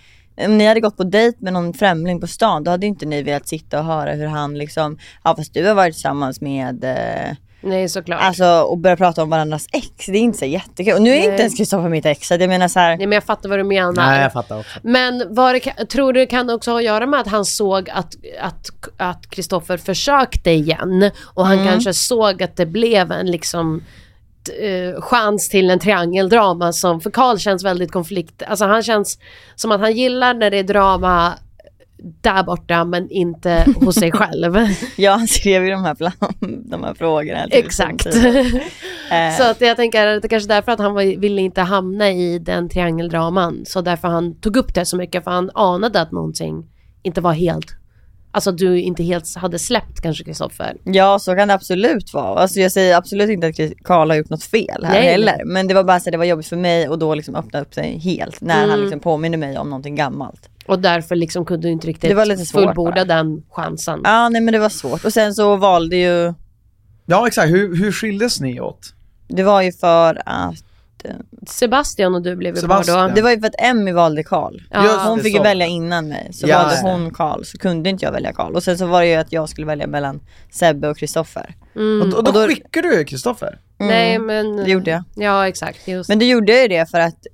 A: om ni hade gått på dejt med någon främling på stan, då hade ju inte ni velat sitta och höra hur han liksom, ja fast du har varit tillsammans med eh,
C: Nej, såklart.
A: Alltså och börja prata om varandras ex, det är inte så jättekul. Och nu är inte ens Kristoffer mitt ex, så att jag menar så här,
C: Nej, men jag fattar vad du menar.
D: Nej, jag fattar också.
C: Men vad det, kan- tror du det kan också ha att göra med att han såg att Kristoffer att, att Christopher försökte igen och han kanske såg att det blev en liksom t- eh, chans till en triangeldrama som för Karl känns väldigt konflikt, alltså han känns som att han gillar när det är drama där borta men inte hos sig själv.
A: ja han skrev ju de här, plan, de här frågorna. typ,
C: Exakt.
A: samtidigt. Eh,
C: Så att jag tänker att det kanske är därför att han var- ville inte hamna i den triangeldraman. Så därför han tog upp det så mycket. För han anade att någonting inte var helt... Alltså att du inte helt hade släppt kanske Kristoffer.
A: Ja, så kan det absolut vara. Alltså jag säger absolut inte att Karl har gjort något fel här
C: Nej, nej.
A: heller. Men det var bara så att det var jobbigt för mig och då liksom öppna upp sig helt när
C: Mm.
A: han liksom påminner mig om någonting gammalt.
C: Och därför liksom kunde du inte riktigt
A: Det var lite svårt
C: fullborda
A: bara.
C: den chansen.
A: Ja, nej men det var svårt. Och sen så valde ju,
D: Ja, exakt. Hur, hur skildes ni åt?
A: det var ju för att
C: Sebastian och du blev ju par
D: Sebastian.
C: då.
A: det var ju för att Emmy valde Karl.
C: Ja. Just
A: Hon
D: det,
A: fick ju
D: så.
A: välja innan mig. Så
D: Ja,
A: valde
D: just det.
A: hon Karl så kunde inte jag välja Karl. Och sen så var det ju att jag skulle välja mellan Sebbe och Kristoffer.
D: Och, och
A: Mm.
D: då,
A: Och då-
D: skickar du Kristoffer?
C: Nej men...
A: Det gjorde jag.
C: Ja exakt. Just.
A: Men då gjorde jag ju det för att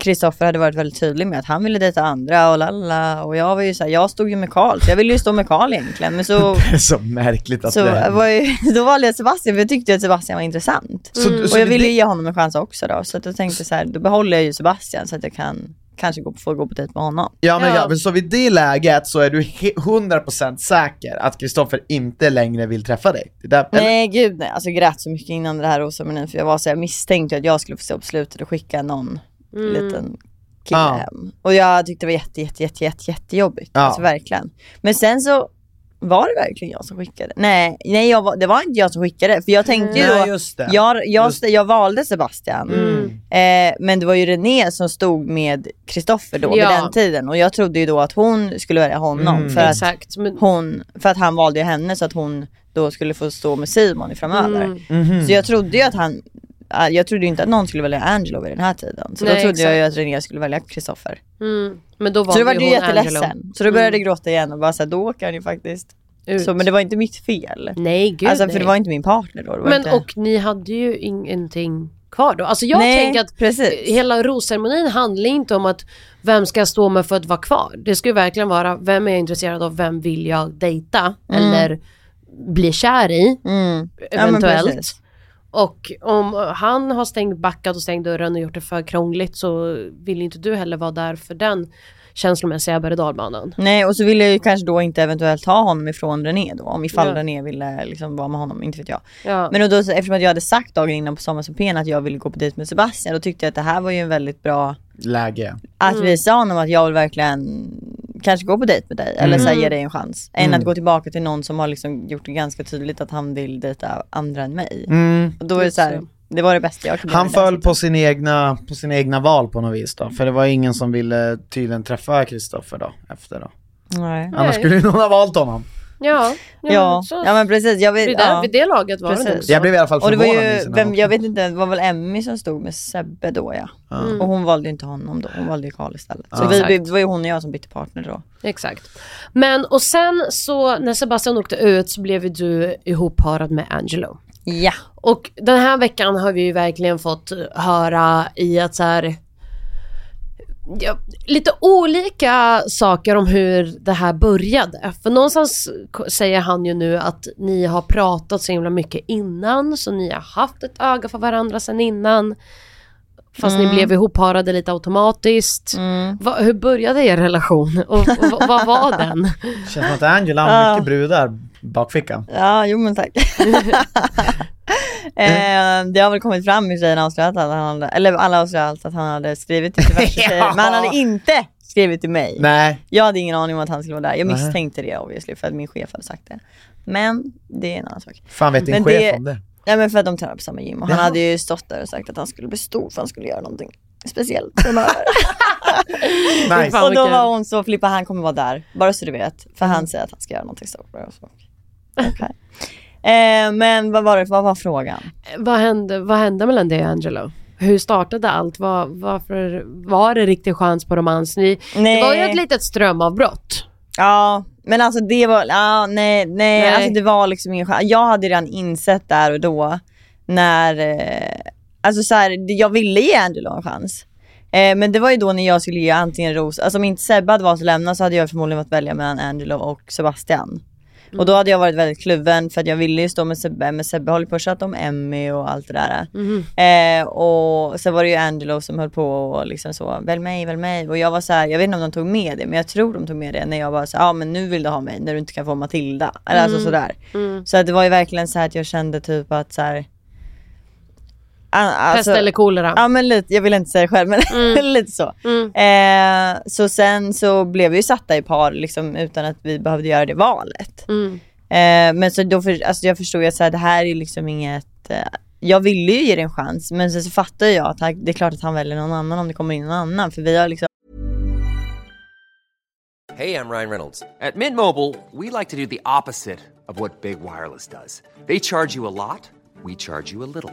A: Kristoffer hade varit väldigt tydlig med att han ville dejta andra och lalla och jag var ju så här, jag stod ju med Karl så jag ville ju stå med Karl egentligen men så,
D: Det är så märkligt att
A: så eh,
D: det
A: var ju, då valde jag Sebastian för jag tyckte ju att Sebastian var intressant.
D: Så, så
A: Och jag
D: det-
A: ville ju ge honom en chans också då så att jag tänkte så här, då behåller jag ju Sebastian så att jag kan kanske gå, få gå på dejt med honom.
D: Ja men,
C: Ja.
D: ja. men så vid det läget så är du he- 100% säker att Kristoffer inte längre vill träffa dig? Det där, eller,
A: Nej gud nej, alltså jag grät så mycket innan det här rosceremonin för jag var så jag misstänkte att jag skulle få se upp slutet och skicka någon
C: mm.
A: liten kille
D: Mm. Ja.
A: hem. Och jag tyckte det var jätte, jätte, jätte, jätte, jättejobbigt.
D: Ja.
A: Alltså verkligen. Men sen så var det verkligen jag som skickade? Nej, nej jag var, det var inte jag som skickade för jag tänkte ju
D: Nej,
A: då,
D: just det.
A: jag, jag,
D: Just- Mm.
A: jag valde Sebastian. Eh, men det var ju René som stod med Kristoffer då
C: Ja.
A: vid den tiden och jag trodde ju då att hon skulle välja honom
D: Mm,
A: för att
C: Exakt. Men,
A: hon, för att han valde ju henne så att hon då skulle få stå med Simon i framöver.
C: Mm.
A: Så jag trodde ju att han, äh, jag trodde ju inte att någon skulle välja Angelo vid den här tiden. Så då
C: Nej,
A: trodde jag
C: exakt.
A: ju att René skulle välja Kristoffer.
C: mm, men då var
A: Så då
C: ju
A: var du
C: hon
A: jätteledsen.
C: Angelo. Mm.
A: Så då började jag gråta igen och bara såhär, då åker han ju faktiskt.
C: Ut.
A: Så, men det var inte mitt fel.
C: Nej gud
A: alltså
C: nej.
A: för det var inte min partner då. Det var
C: Men
A: inte...
C: och ni hade ju ingenting kvar då. Alltså jag
A: Nej,
C: tänker att
A: precis.
C: hela rosceremonin handlar inte om att vem ska jag stå med för att vara kvar. Det skulle verkligen vara vem är jag intresserad av, vem vill jag dejta eller bli kär i
A: Mm. men
C: eventuellt.
A: precis.
C: och om han har stängt backat och stängt dörren och gjort det för krångligt så vill inte du heller vara där för den känslomässiga berg och dalbanan.
A: Nej och så ville jag ju kanske då inte eventuellt ha honom ifrån René då. Om ifall
C: Ja.
A: René ville liksom vara med honom, inte vet jag.
C: Ja.
A: Men och då, så- eftersom att jag hade sagt dagen innan på sommarsupén att jag ville gå på dejt med Sebastian, då tyckte jag att det här var ju en väldigt bra
D: läge.
A: att
C: Mm.
A: visa honom att jag vill verkligen kanske gå på dejt med dig
C: Mm.
A: eller så här, ge dig en chans. Än att gå tillbaka till någon som har liksom gjort det ganska tydligt att han vill dejta andra än mig.
C: Mm.
A: Och då är det så här, det var det bästa jag kunde
D: Mm. Han
A: göra.
D: föll på, sin egna, på sina egna val på något vis då, för det var ingen som ville tydligen träffa Kristoffer då, efter då.
A: Nej.
D: Annars skulle ju någon ha valt honom.
C: ja,
A: Ja,
C: så-
A: ja men precis. Jag vet,
C: vid, där,
A: ja.
C: vid det laget var det
A: Precis.
C: nog så.
D: Jag blev i alla fall
A: Och det
D: förvånad.
A: var
D: i
A: ju,
D: sina
A: vem,
D: val.
A: jag vet inte, det var väl Emmy som stod med Sebbe då ja. Och hon valde ju inte honom då, hon valde ju Karl istället. Så vi,
C: Mm. Exakt.
A: det var ju hon och jag som bytte partner då.
C: Exakt. Men och sen så när Sebastian åkte ut så blev ju du ihopparad med Angelo.
A: Ja.
C: Och den här veckan har vi ju verkligen fått höra i att så här Ja, lite olika saker om hur det här började. För någonstans k- säger han ju nu att ni har pratat så himla mycket innan, så ni har haft ett öga för varandra sedan innan. Fast ni blev ihopparade lite automatiskt. Va, hur började er relation och, och vad var den?
D: Känns som att Angela har mycket brudar bakfickan.
A: Ja, jo men tack. eh, det har väl kommit fram i och för sig när han avslöjat att han hade, eller alla har avslöjat att han hade skrivit till diverse
D: Ja.
A: tjejer, men han hade inte skrivit till mig.
D: Nej,
A: Jag hade ingen aning om att han skulle vara där. Jag misstänkte det obviously för att min chef hade sagt det. Men det är en annan sak.
D: fan vet din
A: Men
D: chef
A: det-
D: om det.
A: Nej men för att de tränar på samma gym och han
D: Jaha.
A: hade ju stått där och sagt att han skulle bli stor för han skulle göra någonting speciellt framöver.
D: Nice.
C: Fan,
A: och då
C: vad kul.
A: var hon så, Filippa han kommer vara där, bara så du vet. För han säger att han ska göra någonting stort. Och så. Okej. Eh, men vad var, det, vad var frågan?
C: Vad hände, vad hände mellan dig och Angelo? Hur startade allt? Var, varför var det riktig chans på romans? Ni,
A: Nej.
C: det var ju ett litet strömavbrott.
A: Ja, men alltså det var, ja, nej, nej,
C: Nej.
A: Alltså det var liksom ingen chans. Jag hade redan insett där och då när, eh, alltså så här, det- jag ville ge Angelo en chans. Eh, men det var ju då när jag skulle ge antingen Ros, alltså om inte Sebbe hade valt att lämna så hade jag förmodligen fått välja mellan Angelo och Sebastian. Och då hade jag varit väldigt kluven för att jag ville ju stå med Sebbe, men Sebbe höll på och tjata om Emmy och allt det där.
C: Mhm.
A: Eh, och sen var det ju Angelo som höll på och liksom så, välj mig, välj mig. Och jag var så här, jag vet inte om de tog med det, men jag tror de tog med det när jag var så ja ah, men nu vill du ha mig när du inte kan få Matilda. Eller alltså sådär.
C: Mm.
A: Så att det var ju verkligen så här att jag kände typ att så här. ah,
C: Pest
A: Alltså,
C: eller kolera. Mm.
A: Ja men lite, jag vill inte säga det själv men lite så. Eh, så sen så blev vi ju satta i par liksom utan att vi behövde göra det valet.
C: Mm.
A: Eh, men så då för, alltså jag förstod ju att så här, det här är ju liksom inget, eh, jag ville ju ge det en chans men sen så fattar jag att han, det är klart att han väljer någon annan om det kommer in någon annan för vi har liksom
E: Hey, I'm Ryan Reynolds. At Mint Mobile, we like to do the opposite of what Big Wireless does. They charge you a lot, we charge you a little.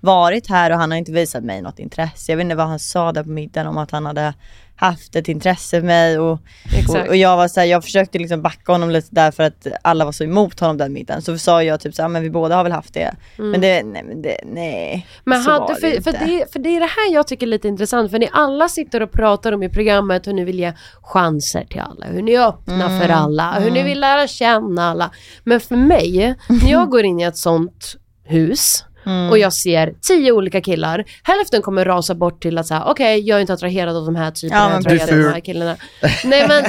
A: varit här och han har inte visat mig något intresse. Jag vet inte vad han sa där på middagen om att han hade haft ett intresse för mig och, och,
C: Exakt.
A: och jag var så här, jag försökte liksom backa honom lite där för att alla var så emot honom den middagen. Så sa jag typ så här, men vi båda har väl haft det. Men det, nej men det, nej.
C: Mm. Men
A: så
C: hade,
A: var
C: för, för, det, för det är det här jag tycker är lite intressant, för ni alla sitter och pratar om i programmet hur ni vill ge chanser till alla, hur ni är öppna
A: Mm.
C: för alla, hur ni vill lära känna alla. Men för mig, när jag går in i ett sånt hus
A: Mm.
C: och jag ser tio olika killar, hälften kommer rasa bort till att säga okej, jag är inte attraherad av de här typerna,
A: Ja,
C: jag är
A: men
C: attraherad av de
D: precis.
C: här killarna. Nej men,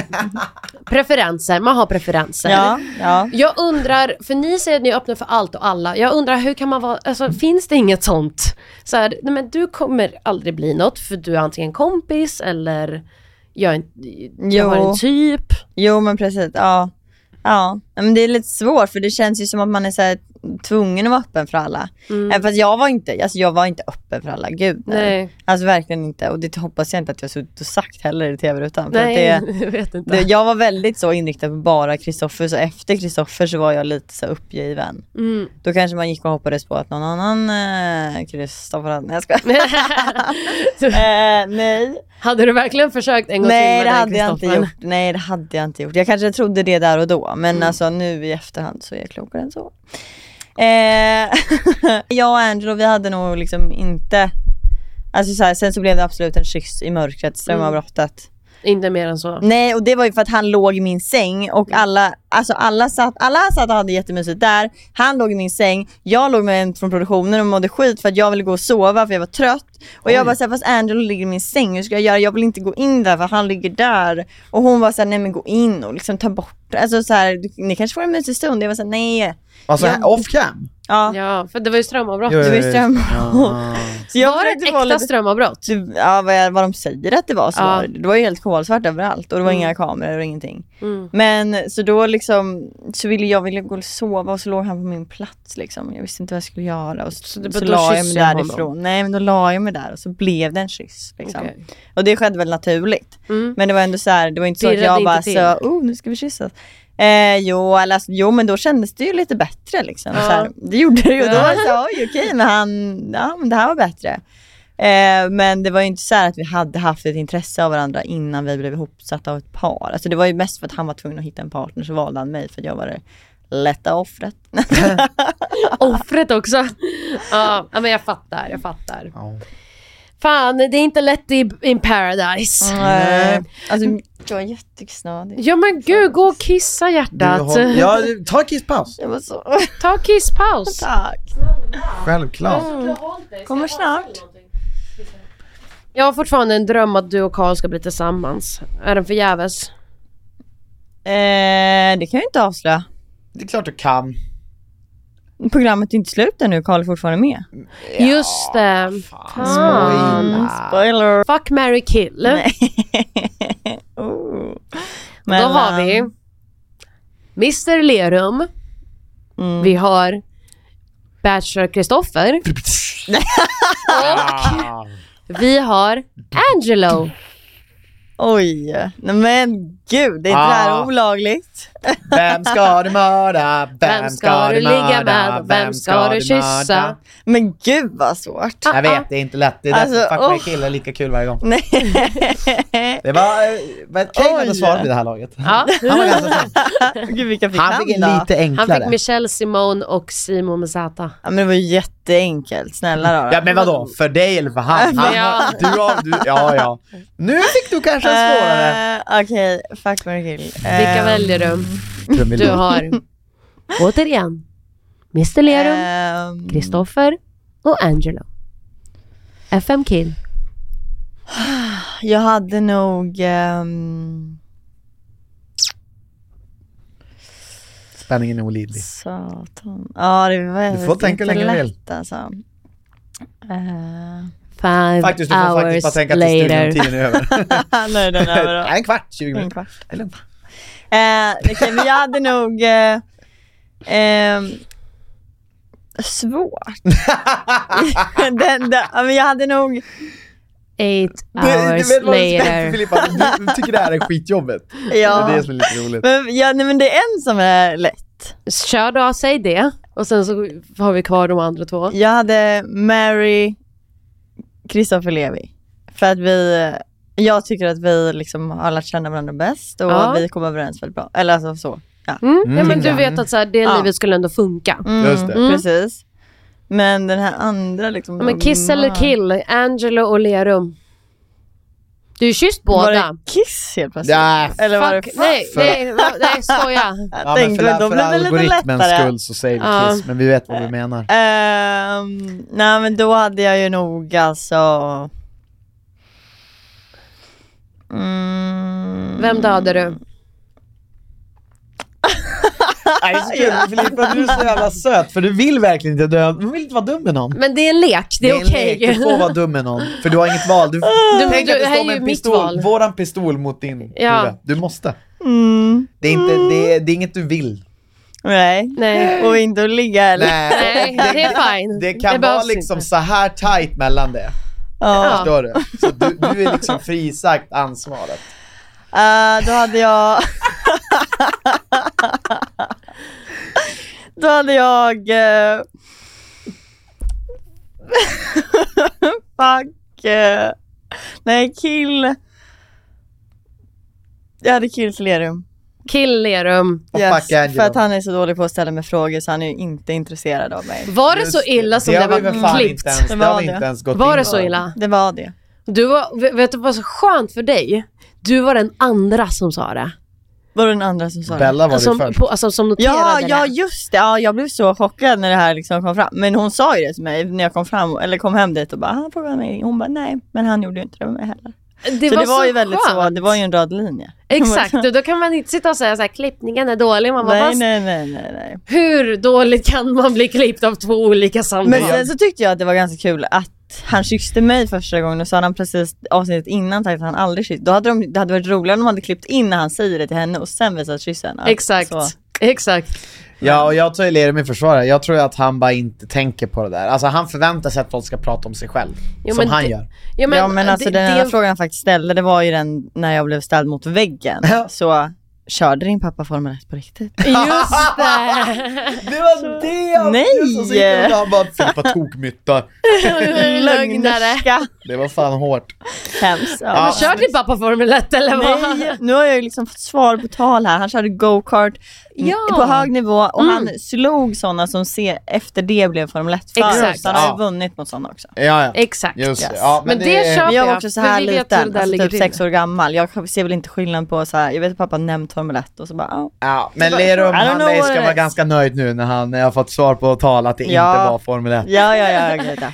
C: preferenser, man har preferenser.
A: Ja, ja.
C: Jag undrar, för ni säger att ni är öppna för allt och alla. Jag undrar hur kan man vara, alltså finns det inget sånt? Så här, nej men du kommer aldrig bli något för du är antingen kompis eller jag, är en, jag
A: Jo.
C: har en typ.
A: Jo men precis, ja. Ja, men det är lite svårt för det känns ju som att man är så här tvungen att vara öppen för alla. Även fast jag var inte, alltså jag var inte öppen för alla, gud nej.
C: Mm. Nej.
A: Alltså verkligen inte och det hoppas jag inte att jag har suttit och sagt heller i tv-rutan. för att
C: Nej,
A: det,
C: jag vet inte.
A: det, jag var väldigt så inriktad på bara Kristoffer så efter Kristoffer så var jag lite så här uppgiven.
C: Mm.
A: Då kanske man gick och hoppades på att någon annan Kristoffer hade, nej jag skojar. eh, nej.
C: hade du verkligen försökt en gång
A: Nej
C: till med
A: det
C: den
A: hade
C: här
A: jag inte
C: Kristoffer?
A: gjort. Nej det hade jag inte gjort. Jag kanske trodde det där och då men
C: Mm.
A: alltså nu i efterhand så är jag klokare än så. Eh, jag och Angelo vi hade nog liksom inte, alltså så här, sen så blev det absolut en kyss i mörkret,
C: Mm.
A: strömavbrottet.
C: Inte mer än så.
A: Nej och det var ju för att han låg i min säng och alla, alltså alla satt, alla satt och hade jättemysigt där. Han låg i min säng, jag låg med en från produktionen och mådde skit för att jag ville gå och sova för jag var trött. Och jag bara såhär, fast Angelo ligger i min säng, hur ska jag göra? Jag vill inte gå in där för han ligger där. Och hon var såhär, nej men gå in och liksom ta bort, alltså såhär, ni kanske får en mysig stund. Jag var såhär, nej.
D: Alltså
A: Ja.
D: off cam?
A: Ja.
C: Ja, för det var ju strömavbrott.
A: Det var ju ström.
D: Ja.
A: Så jag
C: var det ett
A: försökte få
C: äkta
A: lite-
C: strömavbrott?
A: du- ja, vad, vad de säger att det var så
C: Ja. Mm.
A: var det. Det var ju helt kolsvart överallt och det var inga kameror och ingenting. Men så då liksom, så ville jag ville gå och sova och så låg han på min plats liksom. Jag visste inte vad jag skulle göra och så,
C: Så
A: så,
C: det-
A: så
C: då
A: la jag mig
C: kysser jag honom.
A: därifrån. Nej men då la jag mig där och så blev det en kyss liksom.
C: Okej.
A: Och det skedde väl naturligt.
C: Mm.
A: Men det var ändå så här, det var inte så att
C: Pirrade
A: jag
C: inte
A: bara
C: till.
A: så, oh nu ska vi kyssas. Eh, jo, eller, alltså, jo men då kändes det ju lite bättre liksom.
C: Ja.
A: Så här, det gjorde det ju. Då
C: Ja.
A: var det så, oj okej men han, ja men det här var bättre. Eh, men det var ju inte så här att vi hade haft ett intresse av varandra innan vi blev ihopsatta av ett par. Alltså det var ju mest för att han var tvungen att hitta en partner så valde han mig för att jag var det lätta offret.
C: Offret också. Ja, ja, men jag fattar, jag fattar.
D: Ja.
C: Fan, det är inte lätt i, in paradise.
A: Mm. Nej. Alltså jag var jätteknadig.
C: Ja men gud, gå och kissa
D: Du
C: hjärtat.
D: håll- ja, ta kisspaus.
A: Jag var så...
C: Ta kisspaus.
A: Tack.
D: Självklart.
A: Mm. Kommer snart.
C: Jag har fortfarande en dröm att du och Karl ska bli tillsammans. Är den förgäves?
A: Eh, det kan jag inte avslöja.
D: Det är klart du kan.
A: Programmet är inte slut ännu, Karl är fortfarande med.
C: Just det. Fan.
A: Mm.
D: Spoil.
A: Spoiler.
C: Fuck, marry, kill.
A: oh.
C: Då
A: Men,
C: har vi
A: ehm,
C: Mr Lerum.
A: Mm.
C: Vi har Bachelor Kristoffer.
D: Ah.
C: Vi har Angelo.
A: Oj, nej men gud, det är inte det här
D: Ah.
A: olagligt?
D: Vem ska du mörda? Vem,
C: Vem ska du ligga
D: mörda?
C: med? Vem ska du kyssa? Ah,
D: mörda?
A: Men gud vad svårt.
D: Jag vet, det är inte lätt. Det är därför
A: Alltså,
D: Fuck oh. My
A: usch.
D: Kill är lika kul varje gång.
A: Nej.
D: Det var... eh, vad- Kane hade
A: Oj.
D: svarat vid det här laget.
C: Ja.
D: Han var ganska snabb.
A: gud vilka fick
D: Han fick en
A: då?
D: lite
C: Han
D: enklare.
C: fick Michelle, Simone och Simon med Z.
A: Ja men det var ju jätteenkelt, snälla då.
D: Ja men vadå, för dig eller för han? han
C: Ja.
D: Du har... Du, ja ja. Nu fick du kanske en svårare.
A: Eh, Okej, fuck Mary Kill. Eh,
D: Ehm.
C: Vilka väljer du? Du har återigen Mr Lerum,
A: ehm,
C: Kristoffer och Angelo. FM Kill.
A: Jag hade nog... ehm,
D: Spänningen är olidlig.
A: satan. Ja det var
D: Du får tänka hur
A: inte
D: länge du vill.
A: lätt alltså. Eh,
C: Five
D: Faktiskt, du får
C: hours
D: faktiskt bara tänka tills
C: later.
D: studiotiden är över.
A: nej den är över då.
D: Nej, en kvart, 20
A: En
D: minuter.
A: kvart.
D: Eller en
A: Eh, okej, men jag hade nog eh, ehm, svårt. den, den, ja, men jag hade nog,
C: Eight
D: Du, du
C: hours
D: vet vad som är
C: later.
D: spännande, Filippa? Du, du tycker det här är skitjobbigt. Det är det
A: ja.
D: som är lite roligt.
A: Men, ja nej, men det är en som är lätt.
C: Kör då, säg det. Och sen så har vi kvar de andra två.
A: Jag hade Mary, Kristoffer Levi. För att vi, jag tycker att vi liksom har lärt känna varandra bäst och
C: Ja.
A: vi kommer överens väldigt bra. Eller alltså så. Ja.
C: Mm. ja, men du
D: Mm.
C: vet att så här, det
A: Ja.
C: livet skulle ändå funka.
A: Mm,
D: Just det.
C: Mm.
A: Precis. Men den här andra liksom.
C: Ja, men kiss eller kill, Angelo och Lerum. Du är ju kysst
A: Var
C: båda.
A: det kiss helt
C: Alltså,
A: plötsligt?
D: Ja,
A: Eller var det
C: Fuck, nej, nej, va- nej, skoja.
D: Ja,
A: Jag
D: men
A: tänkte
D: för,
A: väl, då
D: för
A: blev det lite
D: algoritmens
A: lättare.
D: skull så säger vi
C: Ja.
D: kiss, men vi vet vad vi menar.
A: Ehm, nej men då hade jag ju nog alltså... Mm.
C: Vem dödade du?
D: Nej, det är så kul, Filippa, du är så jävla söt, för du vill verkligen inte dö. Du vill inte vara dum med någon.
C: Men det är en lek, det är
D: en lek,
C: okej.
D: Du får vara dum med någon, för du har inget val. Du,
C: men
D: tänk
C: du-
D: att
C: det
D: du
C: här är
D: står med
C: ju
D: en
C: mitt val.
D: pistol, våran pistol mot din
C: Ja.
D: huvud. Du måste.
A: Mm.
D: Det är, inte, det, är, det är inget du vill.
A: Nej.
C: Nej.
A: Och inte att ligga eller?
C: Nej, det är fine.
D: Det kan vara
C: behövs
D: liksom
C: inte.
D: så här tight mellan det.
A: Ja.
D: Förstår du? Så du, du är liksom frisagt ansvaret.
A: Eh, då hade jag... då hade jag... eh, Fuck. eh, Nej, kill. Jag hade kill till Lerum.
C: Kill Lerum.
D: Och fuck Angelo.
A: för att han är så dålig på att ställa mig frågor så han är ju inte intresserad av mig.
C: Var det så
D: Just
C: illa som
D: det
C: det
D: har vi väl
C: var
D: fan
C: klippt?
D: Inte ens,
A: Det
D: det har vi
A: var
D: inte
A: det.
D: ens gått
C: Var
D: in
C: det så
D: på.
C: illa?
A: Det var det.
C: Du var, vet du vad som var så skönt för dig? Du var den andra som sa det.
A: Var det den andra som sa det?
D: Bella var det
C: Som,
D: först.
C: på, alltså, som noterade
A: Ja, ja
C: det.
A: just det. Ja, jag blev så chockad när det här liksom kom fram. Men hon sa ju det till mig när jag kom fram, eller kom hem dit och bara han frågade mig. Hon bara nej, men han gjorde ju inte det med mig heller.
C: Det
A: så det var
C: så
A: ju väldigt så,
C: skönt.
A: det var ju en röd linje.
C: Exakt, och då kan man inte sitta och säga så här, klippningen är dålig. Man bara,
A: nej,
C: fast
A: nej, nej, nej, nej.
C: hur dåligt kan man bli klippt av två olika samtal?
A: Men sen så tyckte jag att det var ganska kul att han kysste mig första gången och så hade han precis avsnittet innan sagt att han aldrig kysst. Då hade de, det hade varit roligare om de hade klippt in när han säger det till henne och sen visat kyssen. Ja,
C: Exakt.
A: så.
C: Exakt.
D: Ja, och jag tar ju Lerum i försvar. Jag tror att han bara inte tänker på det där. Alltså han förväntar sig att folk ska prata om sig själv.
C: Jo,
D: som
C: men
D: han
C: det-
D: gör.
A: ja men alltså den enda
C: det-
A: frågan han faktiskt ställde det var ju den när jag blev ställd mot väggen.
D: Ja.
A: Så Körde din pappa Formel 1 på riktigt?
C: Just det!
D: Det var det! han-
A: Nej.
D: Just, och så gick han och han bara Filippa tokmytta.
C: Lögnare.
D: Det var fan hårt.
A: Hemskt. Ja.
C: Men Kör din pappa Formel 1 eller vad?
A: Nej, nu har jag ju liksom fått svar på tal här. Han körde go-kart mm,
C: Ja.
A: på hög nivå och
C: Mm.
A: han slog sådana som se, efter det blev Formel 1
C: Exakt.
A: Så han har ju
D: Ja.
A: vunnit mot sådana också.
D: Ja, ja.
C: Exakt.
D: Just
A: Yes.
D: det. ja,
C: Men det kör-
A: Men
C: Ja,
A: jag var
C: ja.
A: också så
C: Men
A: här
C: vi vet hur det
A: liten,
C: där
A: alltså
C: ligger
A: typ
C: till.
A: sex år gammal. Jag ser väl inte skillnad på så här, jag vet att pappa nämnt Formel 1 och så bara, ja.
D: Ja, men
A: I
D: Lerum,
A: don't
D: han
A: know
D: är-
A: what
D: ska
A: it
D: vara
A: is.
D: ganska nöjd nu när han när jag har fått svar på tal att det
A: Ja.
D: inte var Formel 1.
A: Ja, ja, ja, jag vet det.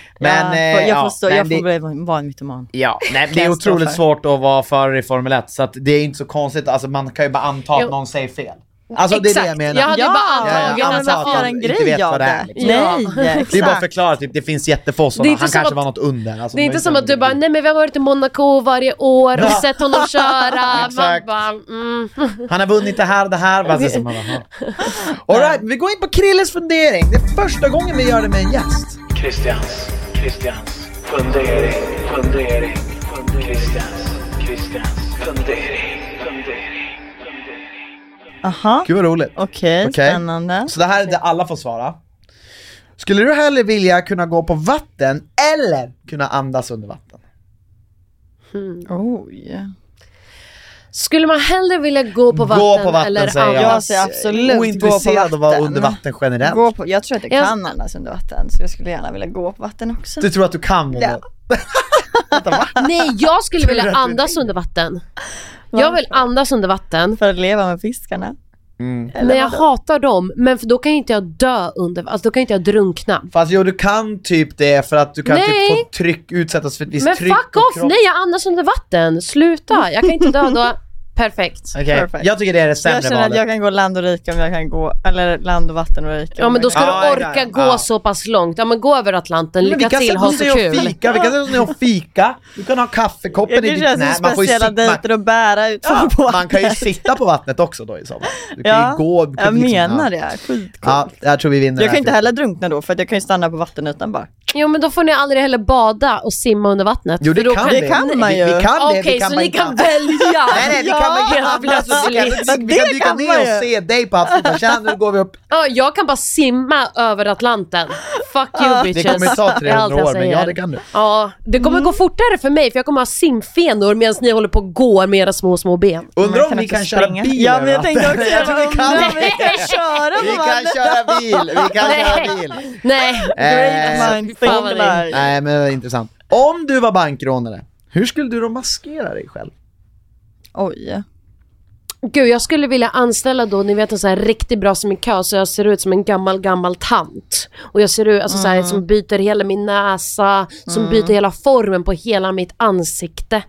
A: ja,
D: Men, eh,
A: jag får, jag
D: ja,
A: får, stå,
D: men
A: jag får
D: det-
A: bli, vara en mytoman.
D: Ja, nej, det är
A: jag stå
D: otroligt
A: för.
D: svårt att vara förare i Formel 1, så att det är inte så konstigt. Alltså, man kan ju bara anta
C: Jo.
D: att någon säger fel. Alltså, det är det jag
C: Exakt.
D: menar.
C: Jag hade ju bara
D: ja,
C: antagit
D: ja,
C: honom.
D: men
C: så
D: vad
C: här,
D: fan.
C: "Ah,
D: inte vet vad det är, liksom.
A: Nej,
C: Ja.
A: exakt.
D: Det är bara att förklara, typ, det finns jättefå
C: Det är
D: sådana.
C: inte
D: Han
C: som
D: kanske
C: att-
D: var något under. Alltså,
C: Det är inte
D: men-
C: som att du bara, nej men vi har varit i Monaco varje år och
D: Ja.
C: sett honom köra. Man
D: Exakt.
C: bara, mm.
D: Han har vunnit det här och det här. Bara, så, som man, aha. All right, vi går in på Krilles fundering. Det är första gången vi gör det med en gäst.
F: Christians, Christians, fundering, fundering, fundering. Christians, Christians, fundering, fundering, fundering.
A: Aha,
D: Gud vad roligt.
A: okej,
D: Okej.
A: spännande.
D: Så det här är där alla får svara. Skulle du hellre vilja kunna gå på vatten eller kunna andas under vatten?
A: Oj.
C: Skulle man hellre vilja gå på vatten,
D: gå på vatten
C: eller
D: säger jag.
A: Jag säger absolut, gå
D: Ointresserad
A: på
D: av att vara
A: vatten.
D: under vatten generellt.
A: Gå på, jag tror att jag
C: Jag-
A: kan andas under vatten, så jag skulle gärna vilja gå på vatten också.
D: Du tror att du kan under
A: Ja.
C: Nej, jag skulle vilja
D: Tror du att du
C: andas under vatten. Jag vill andas under vatten.
A: För att leva med fiskarna.
C: Nej, jag hatar dem, men för då kan ju inte jag dö under Alltså då kan ju inte jag drunkna.
D: Fast jo, du kan typ det för att du kan
C: Nej.
D: typ få tryck, utsättas för ett visst
C: Men
D: tryck
C: fuck
D: på
C: off!
D: kroppen.
C: Nej, jag andas under vatten. Sluta! Jag kan inte dö då. Perfekt.
D: Okej,
A: Perfect.
D: jag tycker det är det
A: Jag
D: sämre
A: känner att
D: valet.
A: jag kan gå land och rike om jag kan gå, eller land och vatten och rike.
C: Ja
A: om
C: men då
A: jag
C: ska
A: kan.
C: du
D: Ja,
C: orka
D: exakt.
C: gå
D: Ja.
C: så pass långt. Ja men gå över Atlanten,
D: Men vi
C: lycka
D: kan
C: till,
D: sätta
C: ha
D: oss
C: så
D: ner och
C: kul.
D: fika, vi kan sätta oss ner och fika. Du kan ha
A: Det
D: kaffekoppen i
A: kan
D: ditt
A: kännas
D: knä.
A: som
D: Man får ju
A: speciella
D: sitta, man,
A: dejter och bära ut
D: ja,
A: på
D: man kan ju sitta på vattnet också då i sommar. Du kan
A: Ja,
D: ju gå. Du kan
A: Jag
D: liksom-
A: menar
D: ja.
A: det, skitcoolt.
D: Ja, jag tror vi vinner
A: Jag
D: det
A: kan
D: här,
A: inte
D: Filip.
A: heller drunkna då för att jag kan ju stanna på vattenytan bara.
C: Jo men då får ni aldrig heller bada och simma under vattnet.
D: Jo, det
C: för då
D: kan
A: det
D: vi.
A: kan man
D: Vi-
A: ju.
D: Vi kan det,
C: Okej,
D: vi kan
C: så
D: bara
C: ni
D: inte
C: kan
D: andas.
C: välja? Alltså,
D: Nej, nej, vi kan bara
C: helt
D: inte andas. Vi kan,
C: plötsligt.
D: vi kan
A: Det
D: dyka
A: kan
D: ner
A: man
D: och
A: ju.
D: se dig på havsbotten. Tja, nu går vi upp.
C: Ja, jag kan bara simma över Atlanten. Fuck you bitches.
D: Det kommer ta
C: Det är allt jag
D: 300 år, men
C: säger.
D: ja, det kan du. Mm.
C: Ja, det kommer gå fortare för mig för jag kommer ha simfenor medan ni håller på och går med era små, små ben.
D: Undrar
A: Man
D: om vi
A: inte
D: kan köra
A: springa.
D: bil
A: Ja
D: över
A: men jag tänkte
D: vatten.
A: också,
D: Jag
A: jag
D: tror
A: bara,
D: vi kan
A: undrar om vi kan köra
D: det. Vi
A: på
D: kan
A: vatten.
D: köra bil, vi kan köra
C: Nej.
D: bil.
C: Nej.
D: Eh,
A: Great minds think
C: Fan vad det är.
A: alike.
D: Nej, men det var intressant. Om du var bankrånare, hur skulle du då maskera dig själv?
A: Oj.
C: Gud, jag skulle vilja anställa då, ni vet en sån här riktigt bra sminkör så jag ser ut som en gammal, gammal tant. Och jag ser ut, alltså så här,
D: Mm.
C: som byter hela min näsa, som byter hela formen på hela mitt ansikte.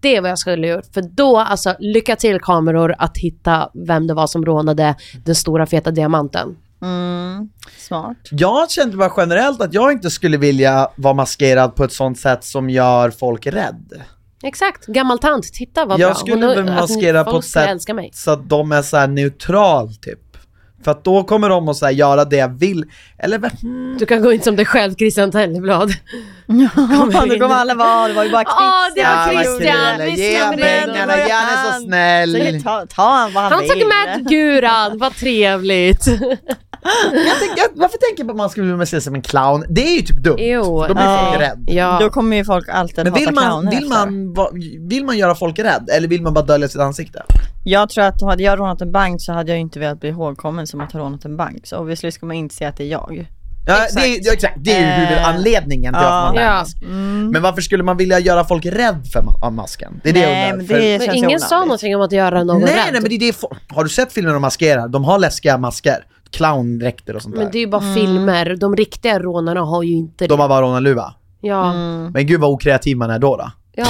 C: Det är vad jag skulle ha gjort. För då, alltså lycka till kameror att hitta vem det var som rånade den stora feta diamanten.
A: Mm. Smart.
D: Jag kände bara generellt att jag inte skulle vilja vara maskerad på ett sånt sätt som gör folk rädd.
C: Exakt, gammal tant. Titta vad bra.
D: jag skulle
C: har-
D: väl
C: att
D: maskera på
C: folk
D: ett
C: ska
D: sätt
C: älska mig.
D: så att de är så här neutral typ. För att då kommer de att så här göra det jag vill. Eller vad-
C: Du kan gå in som dig själv, Christian Tellblad.
A: Fan, då kommer alla vara, det var ju bara
C: Åh, det var
D: Ja, vad
C: Christian.
D: kul.
C: Vi
D: Ge
C: släpper
D: mig
C: in
D: den,
A: honom.
D: han är så
A: Han-
D: snäll.
A: Säkert ta, ta han vad han,
C: Han
A: vill.
C: tog med Guran, vad trevligt.
D: Jag tänker, jag, varför tänker jag på att man skulle vilja se som en clown? Det är ju typ dumt.
C: Jo,
D: För då blir
A: ja.
D: folk rädd.
C: Ja.
A: Då kommer ju folk alltid
D: Men
A: hata
D: vill man,
A: clowner
D: vill,
A: efter.
D: man, va- vill man göra folk rädd eller vill man bara dölja sitt ansikte?
A: Jag tror att hade jag rånat en bank så hade jag inte velat bli ihågkommen som att ha rånat en bank. Så obviously ska man inte säga att det är jag.
D: Ja, det, är- ja, exakt. det är ju
A: Eh,
D: huvudanledningen till
A: ja.
D: att man bär
C: Ja.
D: mask. Men varför skulle man vilja göra folk rädd för ma- av masken? Mm. Det är det jag
A: Nej,
D: undrar.
A: men
D: För-
A: det
C: Men
A: känns
C: ingen sa
A: onödigt.
C: någonting om att göra någon
D: nej,
C: rädd.
D: nej, men det är det fo- Har du sett filmer de maskerar? De har läskiga masker. Clowndräkter och sånt
C: Men det
D: där.
C: är ju
A: Mm.
C: bara filmer. De riktiga rånarna har ju inte det.
D: De har bara rånarluva.
C: Ja.
A: Mm.
D: Men gud vad okreativ man är då. då.
C: ja.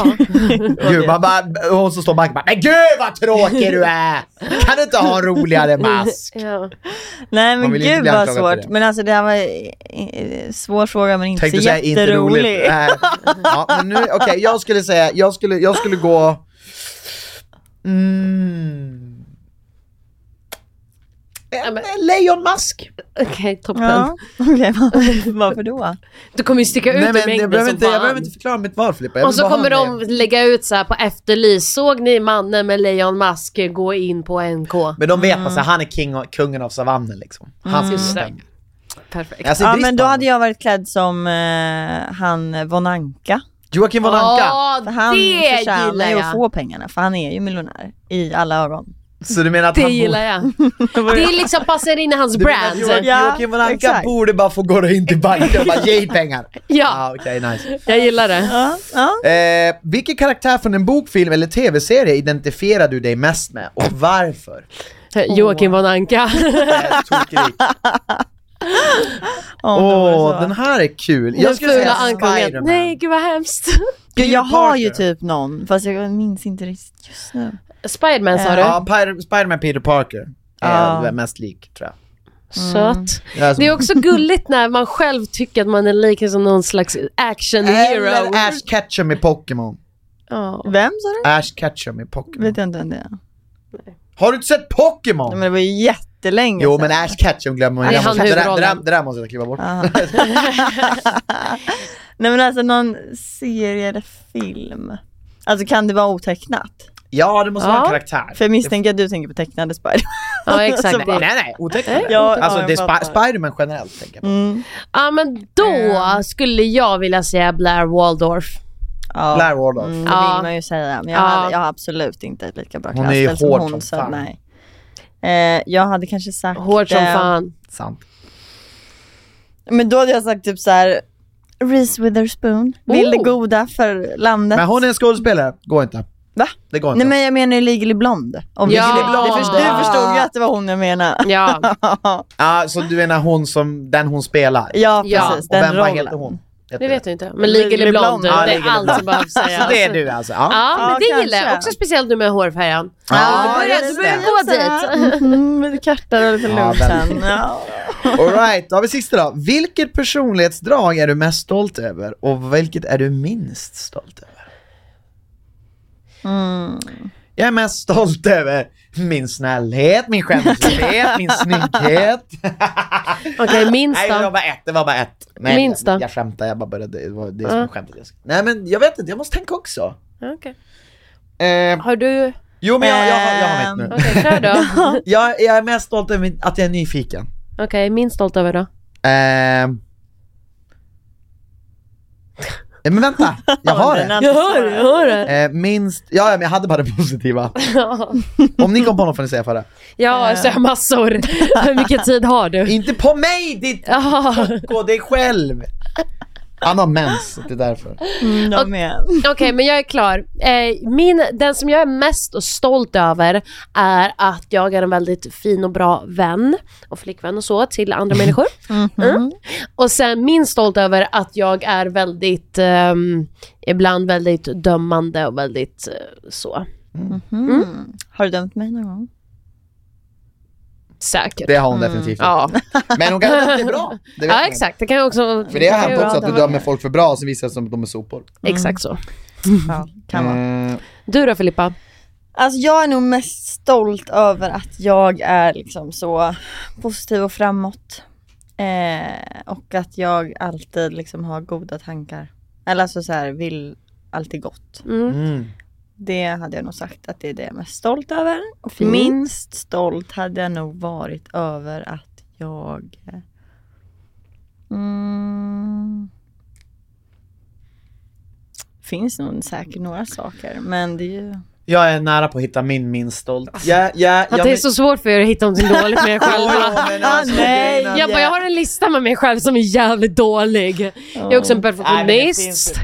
D: Gud, man bara, och hon som står bakom bara “Men gud vad tråkig du är! Kan du inte ha en roligare mask?”
C: ja.
A: Nej men
D: Man vill inte
A: gud
D: bli
A: vad
D: anklagad för
A: svårt.
D: det.
A: Men alltså det här var en svår fråga men inte
D: Tänkte
A: så
D: säga inte
A: jätterolig.
D: roligt. Nej. Ja, men nu, okej, jag skulle säga, jag skulle, jag skulle gå... Mm.
C: Ja, men men...
D: Lejonmask!
C: Okej, toppen.
A: Ja, okej. Okay, varför
D: Alltså,
A: då?
C: Du kommer ju sticka ut
D: Nej,
C: ur
D: men jag
C: mängden
D: behöver,
C: som
D: inte, jag
C: fan.
D: behöver inte förklara mitt val Filippa. Jag
C: Och
D: vill
C: så
D: bara ha
C: kommer
D: en
C: de
D: del.
C: lägga ut så här på efterlys. Såg ni mannen med lejonmask gå in på NK?
D: Men de vet bara så här, han är king och, kungen av savannen liksom. Han
C: Mm.
D: mm.
C: Just det.
D: bestämmer.
C: Perfekt.
D: Jag ser
A: Ja
D: brist
A: men
D: på
A: då
D: honom.
A: hade jag varit klädd som eh, han von Anka.
D: Joakim von Anka.
C: Ja,
A: För han
C: det
A: förtjänar
C: gillar
A: ju att
C: jag.
A: få pengarna för han är ju miljonär i alla ögon.
D: Så du menar att
C: Det
D: han
C: gillar jag. Det är liksom passar in i hans
D: Du menar att Joakim,
C: brand.
A: Ja,
D: Joakim von Anka
A: exakt.
D: borde bara få gå in till banken och bara ge hit pengar.
C: Ja,
D: Ah, Okej, nice.
C: jag gillar det.
A: Ja, ja.
D: Eh, vilken karaktär från en bok, film eller tv-serie identifierar du dig mest med och varför?
C: Joakim von Anka.
D: Eh, Tokrik.
A: Åh, det var
D: Åh,
A: så.
D: den här är kul.
C: Den
D: Jag skulle
C: fula
D: säga
C: ankan.
D: Spiderman.
C: Nej, gud vad hemskt.
A: Gud, jag
D: Peter
A: har ju
D: Parker.
A: typ någon fast jag minns inte riktigt just nu.
C: Spiderman sa du?
D: Ja, Pir- Spiderman Peter Parker är
A: Ja.
D: väl mest lik tror jag.
C: Söt.
D: Jag som-
C: Det är också gulligt när man själv tycker att man är lik som någon slags action hero.
D: Eller Ash Ketchum i Pokémon.
C: Ja.
A: Vem sa du?
D: Ash Ketchum i Pokémon.
A: Vet jag inte vem det är. Nej,
D: Har du inte sett Pokémon?
A: Men det var ju jättelänge
D: Jo
A: sedan.
D: men Ash Ketchum glömmer man
C: Det är
D: det, där
C: han
D: måste- det, där, det, där,
C: huvudrollen.
D: det där måste jag kliva bort.
A: Ja. Nej men alltså någon serie eller film. Alltså kan det vara otecknat?
D: Ja, det måste
C: Ja.
D: vara en karaktär.
A: För jag misstänker att du tänker på tecknade Spider.
C: Ja,
A: Så
C: exakt.
A: bara-
D: Nej, nej, otecknade.
A: Ja,
D: alltså
A: ja,
D: det är
A: jag
D: Spi-
A: fattar.
D: Spiderman generellt tänker jag på.
A: Mm.
C: Ja, men då
D: Eh.
C: skulle jag vilja säga Blair Waldorf.
A: Ja.
D: Blair Waldorf.
A: Mm, det
C: Ja.
A: vill man ju säga. Men jag,
C: Ja.
A: hade, jag har absolut inte ett lika bra
D: Hon är ju
A: klasställ som
D: hård
A: hon.
D: som
A: så
D: fan.
A: nej. Eh, jag hade kanske sagt...
C: Hårt som
A: eh,
C: fan.
D: Sant.
A: Men då hade jag sagt typ så här. Reese Witherspoon. Vill det
C: Oh.
A: goda för landet.
D: Men hon är en skådespelare, går inte.
A: Va?
D: Det går inte.
A: Nej men jag menar ju Legally Blonde. Om
C: Ja.
A: Legally Blonde.
C: Det förstår-
A: Du förstod ju att det var hon jag menade.
C: Ja.
D: Ah, så du menar hon som, den hon spelar?
A: ja
C: Ja.
A: precis,
D: Och vem,
A: den
D: vad
A: rollen.
D: heter hon? Heter
C: Det
D: du?
C: vet du inte. Men Legally
A: Legally
C: Blonde,
A: Blonde.
D: Ja,
C: det är
D: Legally
C: allt
D: Blonde.
C: som behöver sägas.
D: Så det är du alltså? Ja.
C: Ja, men
A: Ja,
C: det gillar jag.
A: kanske.
C: Också speciellt nu med hårfärgen.
D: Ah,
C: du börjar-
D: just
C: du börjar
D: det.
C: gå dit.
A: Mm, med kartan och lite
D: Ja,
A: lunchen.
D: väldigt.
A: Ja.
D: All right, då har vi sista då. Vilket personlighetsdrag är du mest stolt över och vilket är du minst stolt över?
A: Mm.
D: Jag är mest stolt över min snällhet, min skämtlöshet, min snygghet.
C: Okej, minst
D: Nej, det var
C: då.
D: bara ett. Det var bara ett. Nej,
C: Minsta.
D: Jag, jag skämtar, jag bara började. Det var det som
C: Ja.
D: skämtet. jag skulle- Nej, men jag vet inte, jag måste tänka också.
C: Okej.
D: Eh,
C: Har du...
D: jo, men jag, jag, har- jag har mitt nu.
C: Okej, kör då. Okej,
D: Jag, jag är mest stolt över min- att jag är nyfiken.
C: minst stolt över då.
D: Ehm. Eh, men vänta, jag har
A: Den
D: det.
A: hade svarat.
C: hör det.
D: Eh, minst, ja, ja men jag hade bara det positiva. Om ni kom på något får ni säga för det.
C: Ja, så jag har massor. Hur mycket tid har du?
D: Inte på mig ditt
C: Ja.
D: Gå dig själv! Han har mens, så det är därför.
A: Mm, jag med.
C: Okej, men jag är klar. Eh, min, den som jag är mest och stolt över är att jag är en väldigt fin och bra vän och flickvän och så till andra människor. Mm. Och sen min stolt över att jag är väldigt, ehm, ibland väldigt dömande och väldigt eh, så.
A: Mm. Har du dömt mig någon gång?
C: Säkert.
D: Det har hon definitivt.
C: Mm, Ja.
D: Men hon kan inte att det är bra. Det vet man
C: ja,
D: inte.
C: exakt. Det kan jag också...
D: För det
C: kan
D: har hänt
C: jag-
D: också att du dömer folk för bra och så visar det sig att de är sopor.
C: Exakt så.
A: Ja, kan vara.
D: Mm.
C: Du då Filippa?
A: Alltså jag är nog mest stolt över att jag är liksom så positiv och framåt. Eh, och att jag alltid liksom har goda tankar. Eller alltså så här, vill alltid gott.
C: Mm.
D: Mm.
A: Det hade jag nog sagt att det är det jag är mest stolt över. Och
C: Fint.
A: minst stolt hade jag nog varit över att jag... eh, Mm, finns nog säkert några saker men det är ju...
D: Jag är nära på att hitta min minst stolt. Ja, ja,
C: Alltså, Att
D: ja,
C: det är
D: men-
C: så svårt för er att hitta någonting dåligt med er
D: Jo, jo,
C: själva.
D: men alltså,
A: Ah, nej.
D: grejen är-
C: Jag bara, jag har en lista med mig själv som är jävligt dålig. Jag är också en perfektionist.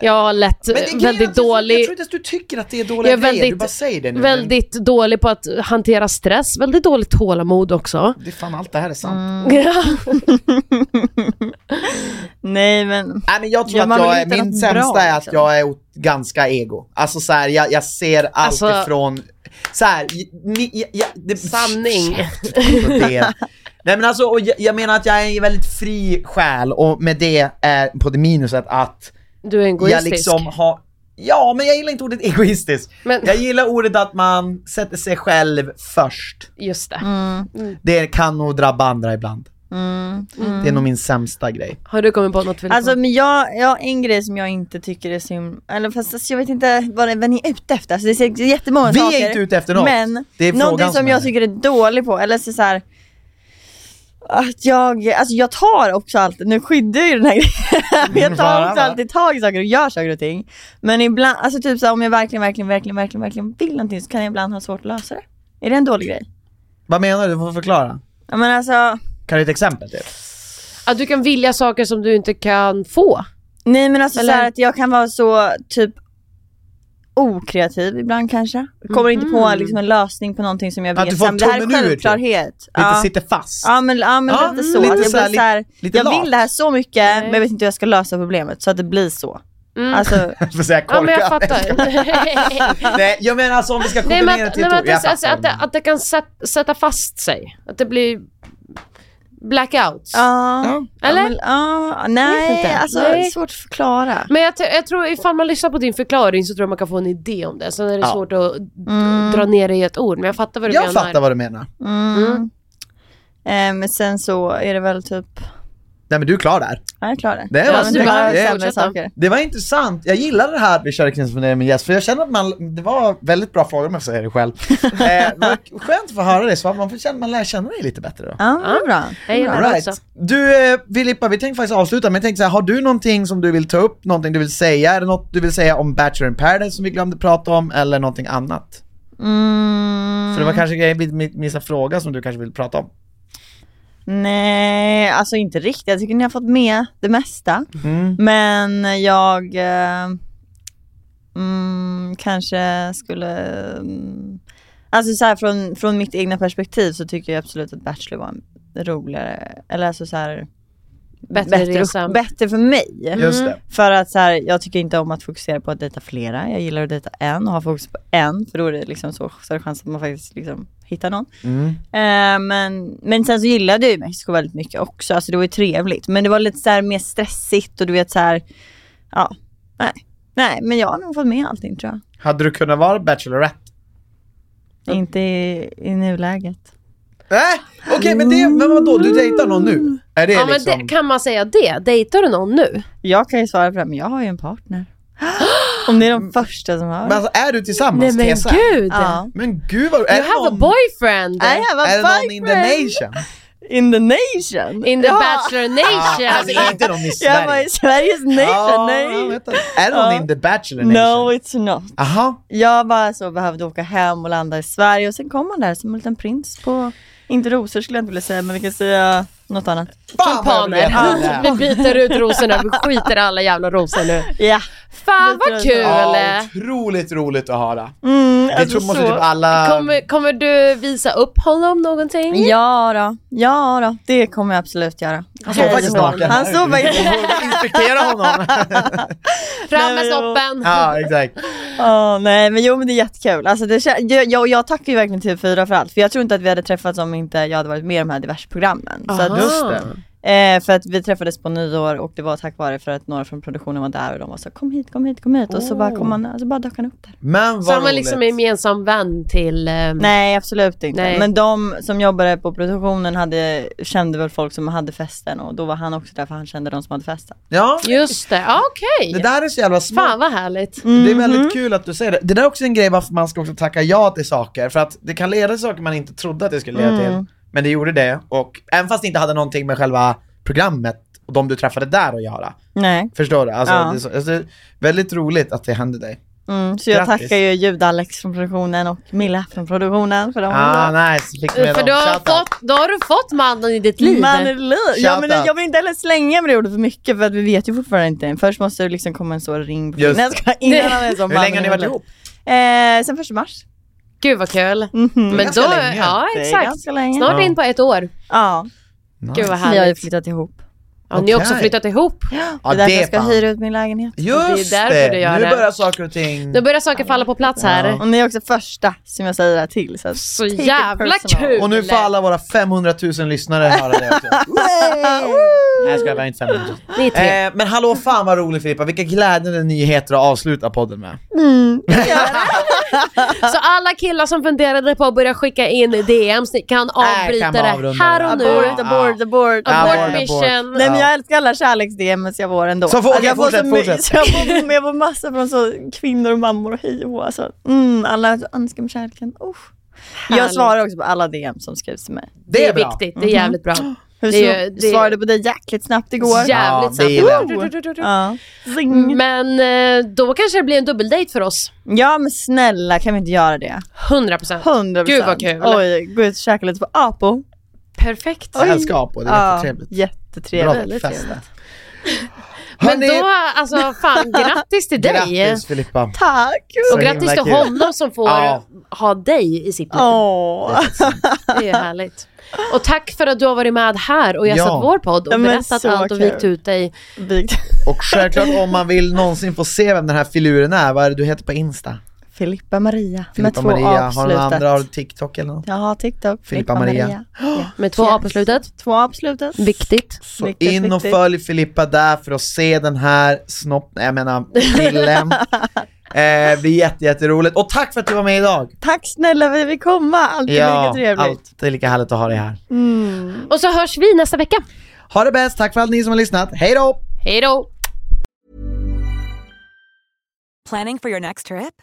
C: Jag har lätt
D: Men det är grejen att
C: väldigt
D: jag tror- Jag
C: dålig.
D: tror inte ens du tycker att det är dåliga
C: Jag är
D: grejer, du
C: väldigt-
D: bara säger det nu. men
C: Väldigt dålig på att hantera stress, väldigt dåligt tålamod också.
D: Det är fan allt det här är sant.
C: Mm.
A: Nej men...
D: Nej men jag tror
A: Ja, man
D: att jag
A: vill
D: är,
A: hitta
D: min
A: något
D: sämsta
A: bra,
D: är att
A: liksom.
D: jag är o- ganska ego. Alltså så här, jag, jag ser allt
C: Alltså-
D: ifrån, så här, j- ni, jag, jag, det, alltså,
C: Sanning.
D: Det. Nej men alltså, och jag, jag menar att jag är en väldigt fri själ och med det är på det minuset att
C: Du är
D: jag
C: egoistisk.
D: liksom har Ja, men jag gillar inte ordet egoistisk.
C: Men-
D: Jag gillar ordet att man sätter sig själv först.
C: Just det. Mm.
D: Det kan nog drabba andra ibland.
A: Mm.
D: Det är nog min sämsta grej.
C: Har du kommit på något? Filip?
A: Alltså men jag, jag har en grej som jag inte tycker är så himla, eller fast alltså, jag vet inte vad, det, vad ni är ute efter, alltså, det är säkert jättemånga
D: Vi är
A: saker.
D: inte ute efter något.
A: Men
D: Det är frågan
A: någonting som,
D: som är
A: jag
D: det.
A: tycker är dålig på, eller så, så här. Att jag, alltså jag tar också alltid, nu skyddar jag ju den här grejen, jag tar
D: Mm, Bara,
A: också
D: va?
A: alltid tag i saker och gör saker och ting. Men ibland, alltså typ så här, om jag verkligen, verkligen, verkligen, verkligen, verkligen vill någonting så kan jag ibland ha svårt att lösa det. Är det en dålig grej?
D: Vad menar du? Du får förklara.
A: Ja men alltså,
D: Kan du ge ett exempel typ? till?
C: Att du kan vilja saker som du inte kan få.
A: Nej men alltså
C: Eller-
A: så här att jag kan vara så typ okreativ ibland kanske. Kommer inte på
C: Mhm.
A: liksom en lösning på någonting som jag
D: Att du
A: vet
D: får
A: sen, det här är
D: tummen ur, typ.
A: självklarhet.
D: Det
A: Ja.
D: inte sitter fast.
A: ja men, ja, men
D: Ja,
A: lite
D: mm,
A: så.
D: lite
A: att jag,
D: så här,
A: blir så här,
D: lite
A: jag
D: lat.
A: vill det här så mycket
C: Nej.
A: men jag vet inte hur jag ska lösa problemet så att det blir så.
C: Mm.
A: Alltså,
D: Jag får säga korkad.
C: ja men jag fattar.
D: Nej, jag menar alltså om vi ska
C: nej
D: kombinera
C: men, att,
D: till
C: nej, men
D: ett
C: att,
D: ord. Jag
C: det, alltså,
D: fattar.
C: att, det, att det kan sätt, sätta fast sig. Att det blir blackouts.
A: ja.
C: Eller?
A: Ja, men, ja,
C: vet inte.
A: nej, alltså
C: Nej.
A: det är svårt att förklara.
C: Men jag, t- jag tror ifall man lyssnar på din förklaring så tror jag man kan få en idé om det. Sen är det
D: Ja.
C: svårt att d- dra ner det i ett ord. Men jag fattar vad du
D: jag
C: menar.
D: fattar vad du menar.
A: Mm.
C: Mm.
A: Eh, men sen så är det väl typ,
D: Nej men du är klar där.
A: ja jag klarar det.
D: Det
C: Ja,
D: var,
C: men
A: du
C: det-
A: bara
C: det-
A: sämre
C: fortsätta.
A: saker.
D: det var intressant. Jag gillar det här att vi körde kringfundering med gäst, för jag känner att man, det var väldigt bra fråga om jag säger det själv. eh, det var skönt att få höra det, så att man får känna, man lär känna dig lite bättre då.
A: Ja, det är bra.
C: Jag gillar det också.
D: Du eh, Filippa, vi tänkte faktiskt avsluta, men jag tänkte så här, har du någonting som du vill ta upp, någonting du vill säga, är det något du vill säga om Bachelor in Paradise som vi glömde prata om, eller någonting annat?
A: Mm.
D: För det var kanske grejen med min- min fråga som du kanske vill prata om.
A: Nej, alltså inte riktigt. Jag tycker ni har fått med det mesta.
D: Mm.
A: Men jag eh, mm, kanske skulle... mm, Alltså så här, från, från mitt egna perspektiv så tycker jag absolut att Bachelor var en roligare, eller alltså så här,
C: Bättre resa.
A: upp, bättre för mig.
D: Just
C: Mm.
D: det.
A: För att så här, jag tycker inte om att fokusera på att dejta flera. Jag gillar att dejta en och ha fokus på en för då är det liksom så större chans att man faktiskt liksom hittar någon. Eh, men, men sen så gillade jag ju Mexiko väldigt mycket också. Alltså det var ju trevligt. Men det var lite så här mer stressigt och du vet så här, ja, nej. Nej, men jag har nog fått med allting tror jag.
D: Hade du kunnat vara Bachelorette?
A: Inte i, i nuläget.
D: Nej, okej men det, men vadå, du dejtar någon nu? Är det
C: Ja, men
D: liksom...
C: det, kan man säga det? Dejtar du någon nu?
A: Jag kan ju svara på det, här, men jag har ju en partner. Om det är de första som har.
D: Men alltså, är du tillsammans?
C: Nej men
D: TSR?
C: gud!
A: Ja.
D: Men gud vad... Är
C: You
D: det
C: have
D: någon,
C: a boyfriend!
A: I have a
D: är det någon in the
A: boyfriend.
D: nation?
A: In the nation?
C: In the
A: Ja.
C: bachelor
D: Ja,
C: nation!
D: alltså inte någon i Sverige.
A: Jag var i Sveriges nation,
D: Ja, jag
A: nej!
D: vet inte. Är det någon
A: Ja.
D: in the bachelor
A: No
D: nation?
A: it's not.
D: Aha.
A: Jag bara så behövde åka hem och landa i Sverige och sen kom han där som en liten prins på, inte rosor skulle jag inte vilja säga men vi kan säga något annat.
D: Fan vad jag vill veta om det
C: Tulpaner!
D: här.
C: Vi byter ut rosorna, vi skiter i alla jävla rosor nu.
A: Ja.
C: Fan
A: Byter
C: vad
A: ut.
C: kul!
D: Ja, otroligt roligt att höra.
A: Mm,
D: Jag tror måste typ alla...
C: Kommer, kommer du visa upp honom någonting?
A: Ja då, ja då, det kommer jag absolut göra. Alltså,
D: Han står faktiskt naken.
A: Han står faktiskt-
D: Inspektera honom.
A: Nej,
C: Fram med
A: men jag-
C: snoppen!
D: ja, exakt.
A: Åh, nej men jo men det är jättekul. Alltså, det, kän- jag, jag, jag tackar ju verkligen TV4 för allt för jag tror inte att vi hade träffats om inte jag hade varit med i de här diverse programmen. Så att,
C: Aha.
D: Just det.
A: Eh, för att vi träffades på nyår och det var tack vare för att några från produktionen var där och de var så kom hit, kom hit, kom hit och så bara kom han, alltså bara dök han upp där.
D: Men vad
C: Så han var
D: roligt.
C: liksom en gemensam vän till... ehm,
A: Nej absolut inte.
C: Nej.
A: Men de som jobbade på produktionen hade, kände väl folk som hade festen och då var han också där för han kände de som hade festen.
D: Ja,
C: Just det, ja, okej.
D: det där är så jävla smart.
C: Fan vad
A: Mm.
C: härligt.
D: Det är
C: Mhm.
D: väldigt kul att du säger det. Det där är också en grej varför man ska också tacka ja till saker, för att det kan leda till saker man inte trodde att det skulle leda
C: Mm.
D: till. Men det gjorde det, och även fast det inte hade någonting med själva programmet och de du träffade där att göra.
A: Nej.
D: Förstår du? Alltså,
A: Ja.
D: det, är så, alltså, det är väldigt roligt att det hände dig.
A: Mm, så jag
D: Grattis.
A: tackar ju Ljud-Alex från produktionen och Milla från produktionen för de var bra.
D: Ah, nice, fick med
C: Eh, För
D: dem.
C: då har,
D: Shout out.
C: fått, då har du fått mannen i ditt liv.
A: Man är liv. Ja, men
D: Shoutout.
A: jag vill inte heller slänga med det ordet för mycket för att vi vet ju fortfarande inte. Först måste det liksom komma en stor ring på
D: Just
A: Nej, jag skojar. innan han är som
D: Hur
A: man
D: länge har ni varit
A: i
D: ihop?
A: Eh, sen första mars.
C: Gud vad kul.
A: Mhm.
C: Men
D: Mm. ganska
C: då,
D: länge.
C: ja
A: Det är
C: exakt.
A: ganska länge.
C: Snart
D: Ja.
C: in på ett år.
A: Ja,
D: Nice.
C: Gud vad
A: vi har ju
C: härligt.
A: flyttat ihop.
C: Ja, Ni har också
D: Okej.
C: flyttat ihop.
D: Ja, det är därför det jag ska fan. hyra
A: ut min lägenhet.
D: Just
C: det är därför du gör
D: nu
C: det.
D: börjar saker och ting...
C: Nu börjar saker falla på plats här.
D: Ja.
A: Och ni är också första som jag säger det här till. Så,
C: Så jävla kul!
D: Och nu får alla våra 500 000 lyssnare höra det också. Nej jag skojar, vi har inte 500 000.
C: Ni är tre.
D: Eh, men hallå fan vad roligt Filippa, vilka glädjande nyheter att avsluta podden med. Eh.
C: Så alla killar som funderade på att börja skicka in DMs, ni kan avbryta
D: Äh, kan man
C: det
D: avrunda
C: här och
D: det.
C: nu.
D: Abort,
A: Abort, abort,
D: Ja,
C: Abort
D: abort, abort.
C: mission.
A: Nej men jag älskar alla kärleks-DMs jag får ändå. Alltså,
D: Så får- okej,
A: jag får
D: fortsätt,
A: så my-
D: fortsätt.
A: Så jag, får, men jag får massor från så kvinnor och mammor och hej och hå. Alltså, mm, alla önskar mig kärleken. Oh. Jag
C: Härligt.
A: svarar också på alla DM som skrivs till mig.
C: Det är
D: bra. Mm.
C: viktigt, det är jävligt bra.
A: Hur
C: Det är ju-
A: så,
C: det-
A: svarade på det jäkligt snabbt igår.
D: Ja,
C: Jävligt
D: det gillar
A: jag.
C: snabbt.
A: Ja. Zing.
C: Men eh, då kanske det blir en dubbeldejt för oss.
A: ja men snälla kan vi inte göra det?
C: 100%.
A: 100%
C: Gud, vad kul.
A: Oj, gå ut och käka lite på Apo.
C: Perfekt.
D: Jag älskar apor, det är jättetrevligt. Bra
A: jättetrevligt.
D: fest.
C: Men
D: Hörni,
C: då, alltså fan grattis till dig.
D: grattis Filippa.
A: Tack!
D: Så
C: Och grattis
D: himla
C: till
D: kul.
C: honom som får
D: Ja.
C: ha dig i sitt liv.
A: Åh.
C: Det är härligt. Och tack för att du har varit med här och gästat
D: Ja.
C: vår podd och
A: Ja, men
C: berättat
A: så
C: allt och
A: kul.
C: vikt ut dig.
A: Vigt.
D: Och självklart om man vill någonsin få se vem den här filuren är, vad är det du heter på Insta?
A: Filippa Maria med
D: Filippa
A: två
D: Maria,
A: A på
D: har du några
A: slutet.
D: andra, har du TikTok eller något?
A: Jag har TikTok.
D: Filippa Maria.
A: Ja.
C: Med två A på slutet.
A: Två A på slutet.
C: Viktigt.
D: Så
A: Viktigt,
D: in och
A: viktigt.
D: följ Filippa där för att se den här snopp, nej jag menar killen. eh, blir jätte, jätteroligt. Och tack för att du var med idag.
A: Tack snälla för att vi fick komma. Alltid lika trevligt.
D: alltid lika härligt att ha dig här.
C: Och så hörs vi nästa vecka.
D: Ha det bäst, tack för allt ni som har lyssnat. Hej då!
C: Hej då!
G: Planning for your next trip?